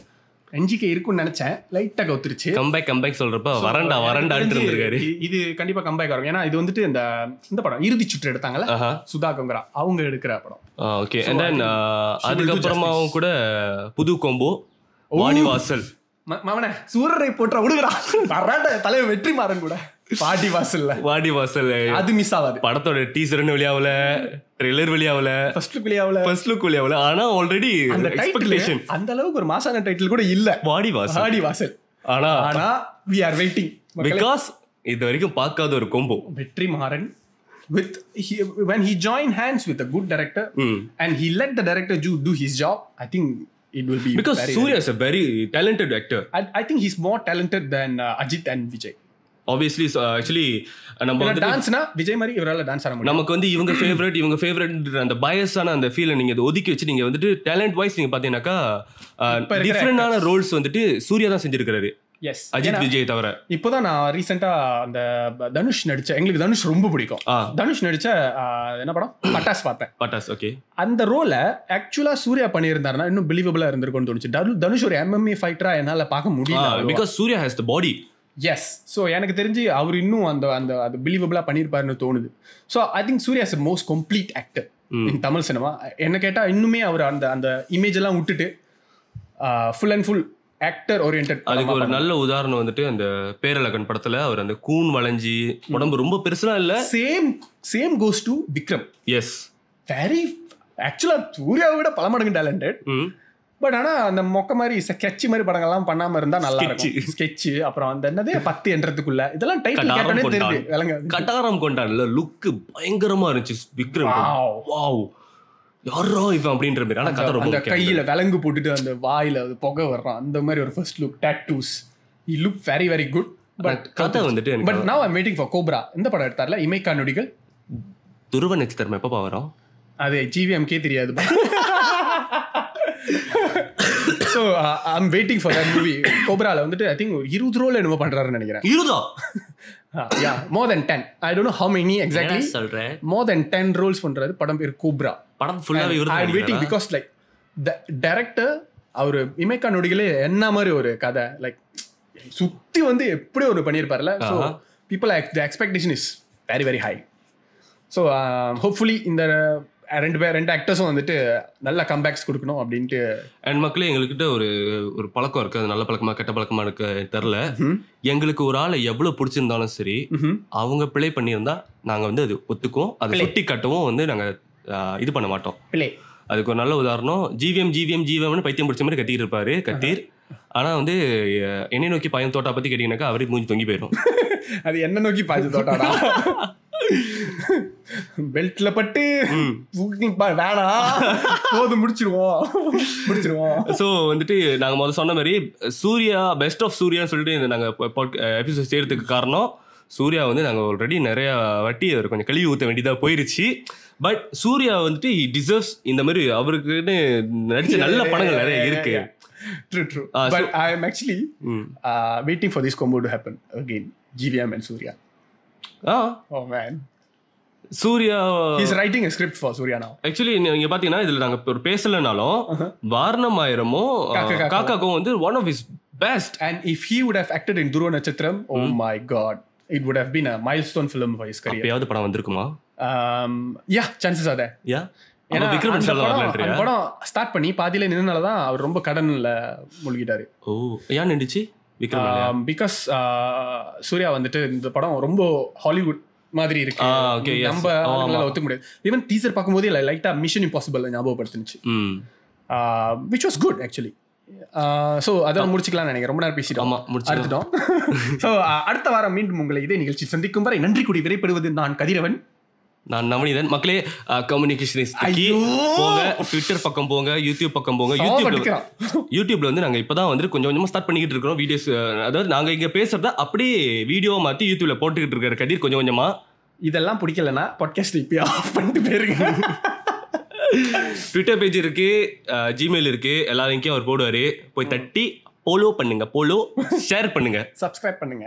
C: என்ஜிகே இருக்கும்னு நினைச்சேன் லைட்டா கவுத்துருச்சு
B: கம்பேக் கம்பேக் சொல்றப்ப வரண்டா வரண்டான்ட்டு
C: தெரிஞ்சு
B: இருந்திருக்காரு
C: இ- இது கண்டிப்பா கம்பேக்கா இருக்கும் ஏன்னா இது வந்துட்டு இந்த இந்த படம் இறுதி சுற்று எடுத்தாங்கல்ல
B: ஆஹா
C: சுதா கங்கரா அவங்க எடுக்கிற படம்
B: okay and then
C: she will do
B: அதுக்கப்புறமாவும் கூட புது கொம்போ வாடி வாசல்
C: ம- மவனே சூரரை போற்ற விடுகிறா வராட்ட தலைவர் வெற்றி மாறன் கூட பாட்டி வாசல்ல
B: வாடி வாசல்
C: அது மிஸ் ஆகாது
B: படத்தோட டீசர்னு வெளியாகல ட்ரெய்லர் வெளியாகல
C: ஃபர்ஸ்ட் பிள்ளையாவில்
B: ஃபர்ஸ்ட் லுக் வெளியாகல ஆனா ஆல்ரெடி
C: அந்த டைட்டில்
B: எக்ஸ்பெக்டேஷன்
C: அந்த அளவுக்கு ஒரு மாசான டைட்டில் கூட இல்ல
B: வாடி வாசல்
C: பாடி வாசல்
B: ஆனா
C: ஆனா வி ஆர் வெயிட்டிங்
B: பிகாஸ் இது வரைக்கும் பார்க்காத ஒரு combo
C: Vetri Maaran with when he joined hands with a good director
B: ம்
C: and he let the director do do his job i think it will be
B: because
C: very-
B: Suriya is a very talented actor
C: I, I think he's more talented than uh, ajit and vijay
B: obviously actually நம்ம வந்து
C: டான்ஸ்னா விஜய் மாதிரி இவரால dance ஆட முடியும்
B: நமக்கு வந்து இவங்க favourite இவங்க ஃபேவரட் அந்த பயஸான அந்த ஃபீலை நீங்க அதை ஒதுக்கி வச்சு நீங்க வந்துட்டு டேலண்ட் வைஸ் நீங்க பாத்தீங்கன்னாக்கா
C: இப்ப இருக்கிற
B: டிஃப்ரெண்டான ரோல்ஸ் வந்துட்டு சூர்யா தான் செஞ்சிருக்காரு
C: எஸ்
B: அஜித் விஜய் தவிர
C: இப்போதான் நான் ரீசெண்டா அந்த ப- தனுஷ் நடிச்ச எங்களுக்கு தனுஷ் ரொம்ப பிடிக்கும்
B: ஆ
C: தனுஷ் நடிச்ச ஆ, என்ன படம் பட்டாஸ் பார்த்தேன்
B: பட்டாஸ் ஓகே
C: அந்த ரோல ஆக்சுவலா சூர்யா பண்ணியிருந்தாருன்னா இன்னும் பிலீவபிளா இருந்திருக்கும்னு தோணுச்சு தனு- தனுஷ் ஒரு எம்எம்ஏ ஃபைட்டரா என்னால பார்க்க முடியல
B: because Suriya has the body
C: yes so எனக்கு தெரிஞ்சு அவர் இன்னும் அந்த அந்த அது பிலீவபிளா பண்ணியிருப்பாருன்னு தோணுது so I think Suriya is most complete actor in Tamil cinema என்ன கேட்டா இன்னுமே அவர் அந்த அந்த இமேஜ் எல்லாம் விட்டுட்டு ஃபுல் அண்ட் ஃபுல் ஆக்டர்
B: அதுக்கு ஒரு
C: ஓரியன்ட்
B: நல்ல உதாரணம் வந்துட்டு அந்த பேரழகன் படத்துல அவர் அந்த கூன் வளைஞ்சி உடம்பு ரொம்ப பெருசுலாம் இல்ல
C: same same goes to Vikram
B: yes
C: very ஆக்சுவலா சூர்யாவை விட பல மடங்கு டேலண்டட் பட் ஆனா அந்த மொக்க மாதிரி ஸ்கெட்ச் மாதிரி படங்கள்லாம் பண்ணாம இருந்தா நல்லா இருக்கும் ஸ்கெட்ச் அப்புறம் அந்த என்னது பத்து என்றதுக்குள்ள இதெல்லாம் டைட்டில்
B: கடாரம்
C: கேட்டோடனே
B: கொண்டான்.
C: தெரியுது விளங்காது
B: கட்டாரம் கொண்டான்ல லுக் பயங்கரமா இருந்துச்சு விக்ரம்
C: Wow.
B: வாவ் யாரா இவன் அப்படின்ற மாதிரி ஆனா கதை
C: அந்த
B: ரொம்ப
C: கையில விலங்கு போட்டுட்டு அந்த வாயில அது புகை வர்றோம் அந்த மாதிரி ஒரு ஃபர்ஸ்ட் லுக் டேட்டூஸ் இ look very very good but
B: கதை வந்துட்டு எனக்கு
C: but now I'm waiting for Cobra இந்த படம் எடுத்தார்ல இமைக்கா நொடிகள்
B: துருவ நட்சத்திரம் எப்ப வரும்
C: அது ஜிவிஎம்கே தெரியாது so I'm waiting for that movie கோப்ரால வந்துட்டு ஐ திங்க் ஒரு இருபது ரோல் என்னமோ பண்றாருன்னு நினைக்கிறேன்
B: இருதா
C: yeah more than ten I don't know how many exactly
B: சொல்றேன்
C: மோர் தென் டென் ரோல்ஸ் பண்றாரு படம் பேர் கோப்ரா
B: படம் ஃபுல்லாவே
C: ஐ அம் வெயிட்டிங்
B: இவரு
C: பிகாஸ் லைக் டேரக்டர் அவர் இமைக்கா நொடிகளே என்ன மாதிரி ஒரு கதை லைக் சுத்தி வந்து எப்படி ஒரு பண்ணியிருப்பார்ல ஸோ
B: ஆஹா.
C: People the expectation is very very high so hopefully um, இந்த ரெண்டு பேர் ரெண்டு ஆக்டர்ஸும் வந்துட்டு நல்ல கம்பேக்ஸ் கொடுக்கணும் அப்படின்ட்டு
B: அண்ட் மக்களே எங்கள்கிட்ட ஒரு ஒரு பழக்கம் இருக்குது அது நல்ல பழக்கமா கெட்ட பழக்கமா இருக்கு தெரில
C: ம்ஹும்.
B: எங்களுக்கு ஒரு ஆளை எவ்வளோ பிடிச்சிருந்தாலும் சரி
C: ம்ஹும்.
B: அவங்க பிழை பண்ணியிருந்தா நாங்கள் வந்து அது ஒத்துக்குவோம் அதை
C: Play.
B: சுட்டி காட்டவும் வந்து நாங்கள் இது பண்ண மாட்டோம்
C: பிள்ளை
B: அதுக்கு ஒரு நல்ல உதாரணம் ஜிவிஎம் ஜிவிஎம் ஜிவிஎம்னு பைத்தியம் பிடிச்ச மாதிரி கத்திட்டு இருப்பாரு கத்தீர் ஆனால் வந்து அஹ், என்னை நோக்கி பாயம் தோட்டா பற்றி கேட்டிங்கனாக்கா அவரே மூஞ்சி தொங்கி போயிடும்
C: அது என்ன நோக்கி பாஞ்சு தோட்டாடா பெல்ட்ல பட்டு walking பா- வேணாம் போதும் முடிச்சிருவோம் முடிச்சிருவோம்
B: ஸோ வந்துட்டு நாங்கள் முதல்ல சொன்ன மாதிரி சூர்யா பெஸ்ட் ஆஃப் சூர்யான்னு சொல்லிட்டு நாங்கள் எபிசோட் செய்யறதுக்கு காரணம் சூர்யா வந்து நாங்கள் ஆல்ரெடி நிறையா வட்டி அவர் கொஞ்சம் கழுவி ஊற்ற வேண்டியதாக போயிருச்சு பட் சூர்யா வந்துட்டு டிசர்வ்ஸ் இந்த மாதிரி அவருக்குன்னு நடிச்ச நல்ல படங்கள் நிறைய இருக்கு
C: true true
B: Ah, so-
C: but I am actually
B: ம்.
C: Waiting for this combo to happen again GVM and Suriya
B: ஆ
C: oh man
B: Suriya Oh.
C: Is writing a script for Suriya now
B: actually நீங்க பாத்தீங்கன்னா இதுல நாங்க ஒரு பேசலனாலும் வாரணம் ஆயிரமும்
C: Uh-huh. காக்கா காக்காவும்.
B: காக்காக்கும் வந்து one of is best
C: And if he would have acted in Dhruva Natchatram, oh
B: Hmm.
C: my god, it would have been a milestone film for his career.
B: எப்பயாவது படம் வந்திருக்குமா
C: Um, yeah, chances are there.
B: யா
C: ஏன்னா
B: ஏன்னா விக்ரம்
C: அந்த
B: Oh, sir
C: படம் அந்த
B: வரலன்றியா
C: படம் start பண்ணி பாதியில நின்னனாலதான் அவர் ரொம்ப கடன்ல மூழ்கிட்டாரு Um,
B: ஓ ஏன் நின்றுச்சு விக்ரம் இல்லையா?
C: பிகாஸ் சூர்யா uh, வந்துட்டு இந்த படம் ரொம்ப ஹாலிவுட் மாதிரி இருக்கு
B: Ah, okay, yes.
C: நம்ம
B: ஆமா.
C: அவங்களால ஒத்துக்க முடியாது ஈவன் டீசர் பார்க்கும்போதே லைட்டா மிஷன் இம்பாசிபிள் ஞாபகப்படுத்துனுச்சு
B: ம்
C: which was good actually so Uh, அதான் முடிச்சுக்கலாம்னு நினைக்கிறேன் ரொம்ப நேரம் பேசிட்டோம்
B: ஆமா முடிச்சு
C: அடுத்துட்டோம் ஸோ அடுத்த வாரம் மீண்டும் உங்களை இதே நிகழ்ச்சி சந்திக்கும் வரை நன்றி கூடி விடைபெறுவது நான் கதிரவன்
B: நான் நவனிதன் மக்களே கம்யூனிகேஷன்
C: ஐயோ!
B: போங்க ட்விட்டர் பக்கம் போங்க யூடியூப் பக்கம் போங்க யூடியூப்ல
C: சாவடிக்கிறான்.
B: யூடியூப்ல வந்து நாங்க இப்பதான் வந்து கொஞ்சம் கொஞ்சமா ஸ்டார்ட் பண்ணிக்கிட்டு இருக்கிறோம் வீடியோஸ் அதாவது நாங்க இங்க பேசுறத அப்படியே வீடியோவா மாத்தி யூடியூப்ல போட்டுக்கிட்டு இருக்கிற கதிர் கொஞ்சம் கொஞ்சமா
C: இதெல்லாம் பிடிக்கலன்னா பாட்காஸ்ட் இப்பயே ஆஃப் பண்ணிட்டு போயிருங்க
B: ட்விட்டர் பேஜ் இருக்கு ஜிமெயில் இருக்கு எல்லா லிங்கையும் அவர் போடுவாரு போய் தட்டி போலோ பண்ணுங்க போலோ ஷேர் பண்ணுங்க
C: சப்ஸ்கிரைப் பண்ணுங்க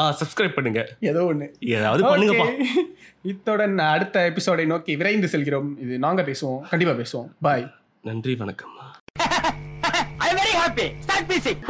B: ஆ சப்ஸ்கிரைப் பண்ணுங்க
C: ஏதோ ஒன்று
B: ஏதாவது பண்ணுங்கப்பா
C: இத்துடன் அடுத்த எபிசோடை நோக்கி விரைந்து செல்கிறோம் இது நாங்க பேசுவோம் கண்டிப்பா பேசுவோம் பாய்
B: நன்றி வணக்கம்
A: I'm very happy. Start music.